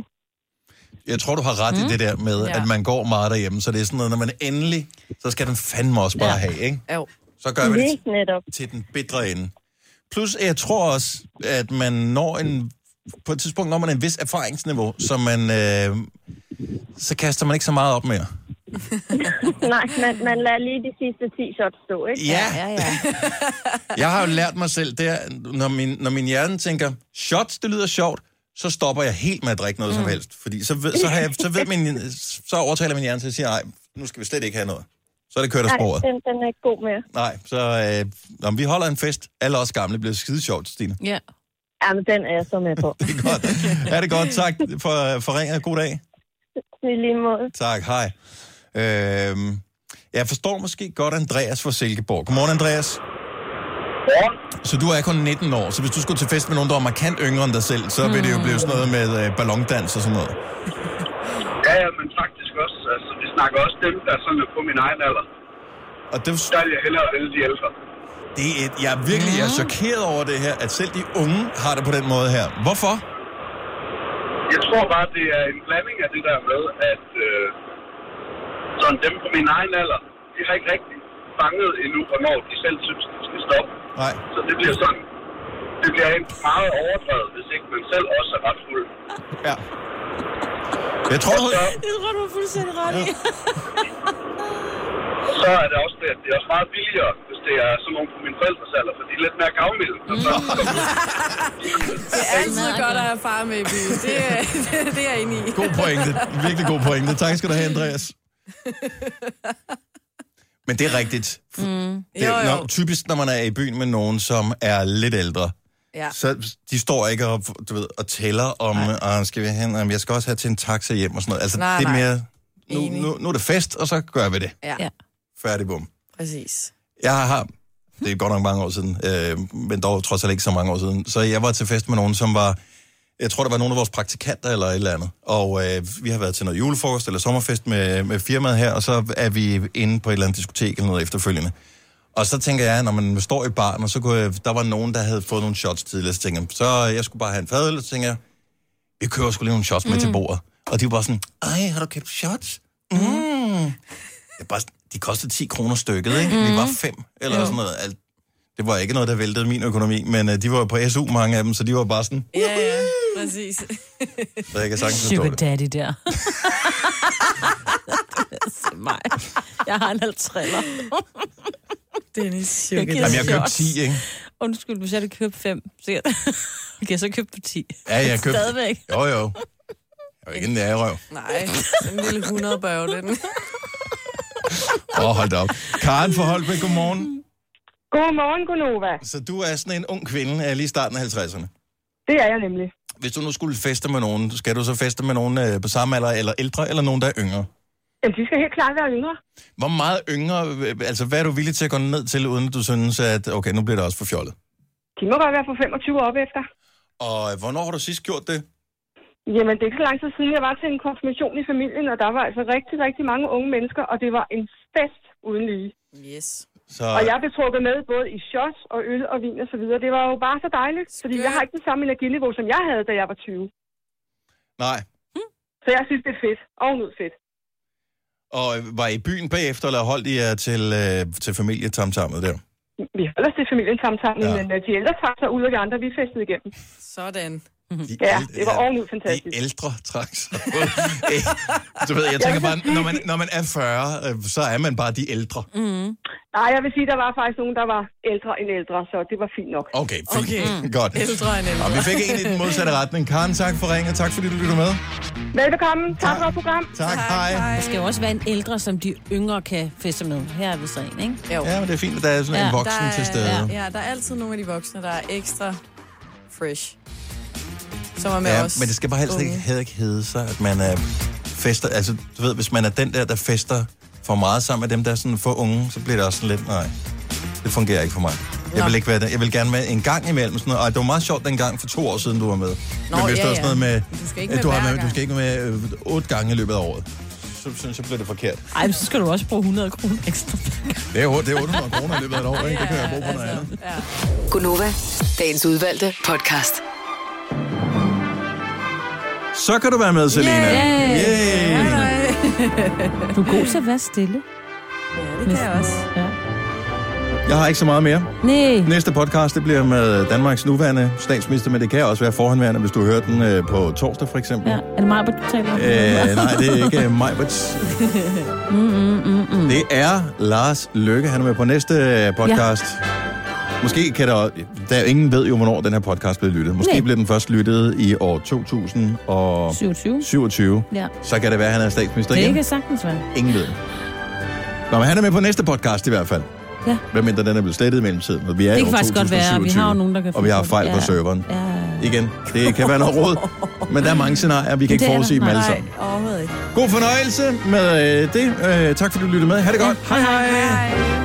jeg tror, du har ret mm. i det der med, Hmm? Ja. ja. at man går meget derhjemme. Så det er sådan noget, når man endelig, så skal den fandme også bare ja. have, ikke? Jo. Så gør man det Lige netop. til den bedre ende. Plus, jeg tror også, at man når en på et tidspunkt når man er en vis erfaringsniveau, så man øh, så kaster man ikke så meget op mere. Nej, man, man lader lige de sidste 10 shots stå, ikke? Ja. ja, ja. Jeg har jo lært mig selv, det er, når min, når min hjerne tænker, shots, det lyder sjovt, så stopper jeg helt med at drikke noget mm. som helst. Fordi så, ved, så, har jeg, så, ved min, så overtaler min hjerne til at sige, nej, nu skal vi slet ikke have noget. Så er det kørt af Nej, sporet. den, den er ikke god mere. Nej, så øh, når vi holder en fest, alle os gamle bliver skide sjovt, Stine. Ja. Jamen, den er jeg så med på. Er det godt, tak for, for ringet. God dag. I lige måde. Tak, hej. Øhm, jeg forstår måske godt Andreas fra Silkeborg. Godmorgen, Andreas. Godmorgen. Så du er kun 19 år, så hvis du skulle til fest med nogen, der var markant yngre end dig selv, så vil det jo blive sådan noget med øh, ballondans og sådan noget. Ja, ja, men faktisk også. Altså, vi snakker også dem, der sådan er på min egen alder. Og det... Der vil jeg hellere vælge de ældre. Det er et, jeg er virkelig jeg er chokeret over det her, at selv de unge har det på den måde her. Hvorfor? Jeg tror bare, det er en blanding af det der med, at øh, sådan dem på min egen alder, de har ikke rigtig fanget endnu, hvornår de selv synes, de skal stoppe. Nej. Så det bliver sådan, det bliver en- meget overdrevet, hvis ikke man selv også er ret fuld. Ja. Jeg tror, Det tror du er fuldstændig ret i. Og så er det også det, at det er også meget billigere, hvis det er sådan nogle på min forældres alder, for de er lidt mere gavmilde. Mm. Så, Det er altid godt at have far med i byen. Det, er- det, det er jeg enig i. God pointe. Virkelig god pointe. Tak skal du have, Andreas. Men det er rigtigt. Mm. Det, Jo, jo. Når, typisk, når man er i byen med nogen, som er lidt ældre, Ja. så de står ikke og, du ved, og tæller om, og skal vi hen, om jeg skal også have til en taxa hjem og sådan noget. Altså, Nej, det er nej. mere, nu, nu, nu er det fest, og så gør vi det. Ja. ja, Færdig, bum. præcis. Jeg har, det er godt nok mange år siden, øh, men dog trods alt ikke så mange år siden, så jeg var til fest med nogen, som var, jeg tror, der var nogle af vores praktikanter eller et eller andet, og øh, vi har været til noget julefrokost eller sommerfest med, med firmaet her, og så er vi inde på et eller andet diskotek eller noget efterfølgende. Og så tænker jeg, når man står i baren, og så kunne jeg, der var nogen, der havde fået nogle shots tidligere, så tænker jeg, så jeg skulle bare have en fadøl, og så tænker jeg, vi kører sgu lige nogle shots med mm. til bordet. Og de var bare sådan, ej, har du købt shots? Mm. Jeg er bare, sådan, de kostede 10 kroner stykket, ikke? Mm. Vi Mhm. var fem, eller sådan noget. Alt. Det var ikke noget, der væltede min økonomi, men uh, de var jo på SU, mange af dem, så de var bare sådan, Ja, ja, præcis. så jeg kan sagtens forstå Sugar det. daddy der. det er mig. Jeg har en halv triller. Dennis sugar giver Jamen, jeg shots. købte 10, ikke? Undskyld, hvis jeg havde købt fem. Så jeg... Okay, så købte du 10. Ja, jeg købte... Stadigvæk. Jo, jo. Jeg var ikke en nærerøv. Nej, en lille 100 børge den. Åh, oh, hold da op. Karen fra Holbæk, godmorgen. Godmorgen, Gunova. Så du er sådan en ung kvinde, øh, lige i starten af 50'erne. Det er jeg nemlig. Hvis du nu skulle feste med nogen, skal du så feste med nogen øh, på samme alder, eller ældre, eller nogen, der er yngre? Jamen, de skal helt klart være yngre. Hvor meget yngre, øh, altså hvad er du villig til at gå ned til, uden at du synes, at okay, nu bliver det også for fjollet? De må godt være fra 25 år op efter. Og øh, hvornår har du sidst gjort det? Jamen, det er ikke så lang tid siden, jeg var til en konfirmation i familien, og der var altså rigtig, rigtig mange unge mennesker, og det var en fest uden lige. Yes. Så... Og jeg blev trukket med både i shots og øl og vin og så videre. Det var jo bare så dejligt, fordi jeg har ikke det samme energiniveau, som jeg havde, da jeg var 20. Nej. Så jeg synes, det er fedt. Ovenud fedt. Og øh, var I i byen bagefter, eller holdt I jer til, øh, til familietamtammet der? Vi holder os til familien sammen, ja. men øh, de ældre trak sig ud, og vi andre, vi festede igennem. Sådan. Ja, det var ovenud fantastisk. De ældre trak sig ud. Øh, du ved, jeg tænker bare, når man, når man er 40, øh, så er man bare de ældre. Mm. Nej, jeg vil sige, der var faktisk nogen, der var ældre end ældre, så det var fint nok. Okay, fint. Okay. Godt. Ældre end ældre. Og vi fik en i den modsatte retning. Karen, tak for ringen, og tak fordi du lytter med. Velbekomme. Tak for program. Tak, hej. Der skal jo også være en ældre, som de yngre kan feste med. Her er vi så en, ikke? Ja, men det er fint, at der er sådan en voksen der er, til stede. Ja, ja, der er altid nogle af de voksne, der er ekstra fresh. Som er med Ja, os. men det skal bare helst ikke, unge. heller ikke hedde sig, at man er fester. Altså, du ved, hvis man er den der, der fester for meget sammen med dem, der er sådan for unge, så bliver det også sådan lidt, nej, det fungerer ikke for mig. Jeg Nå. vil ikke være den. Jeg vil gerne være en gang imellem. Sådan noget. Og det var meget sjovt den gang for to år siden, du var med. Nå, men hvis ja, der var ja. sådan noget med, Du skal ikke at med du, hver har med, du gang. skal ikke med øh, otte gange i løbet af året. Så synes jeg, bliver det forkert. Ej, men så skal du også bruge 100 kroner ekstra. Det er, jo- det er 800 kroner i løbet af et år, ikke? Det kan jeg bruge på noget altså. andet. Gunova, dagens udvalgte podcast. Så kan du være med, Selena. Yay! Yay! Du er god til at være stille. Ja, det kan jeg også. Ja. Jeg har ikke så meget mere. Nej. Næste podcast, det bliver med Danmarks nuværende statsminister, men det kan også være forhenværende, hvis du hører den øh, på torsdag for eksempel. Ja. Er det mig, du taler om? Øh, nej, det er ikke mig, mm, mm, mm, mm. Det er Lars Løkke. Han er med på næste øh, podcast. Ja. Måske kan der... Der er jo ingen ved jo, hvornår den her podcast blev lyttet. Måske Nej. bliver den først lyttet i år 2027. 27. Ja. Så kan det være, at han er statsminister Det igen. kan sagtens være. Ingen ved. det. Nå, men han er med på næste podcast i hvert fald. Ja. Hvad mindre den er blevet slettet i mellemtiden. Og vi er Det i kan år faktisk godt være, 2027, vi har jo nogen, der kan Og vi har finde på det. fejl på Ja. serveren. Ja. Igen, det kan være noget råd. Men der er mange scenarier, vi kan ikke forudsige dem alle sammen. Nej, overhovedet ikke. God fornøjelse med øh, det. Øh, tak fordi du lyttede med. Ha' det godt. Hej hej. hej.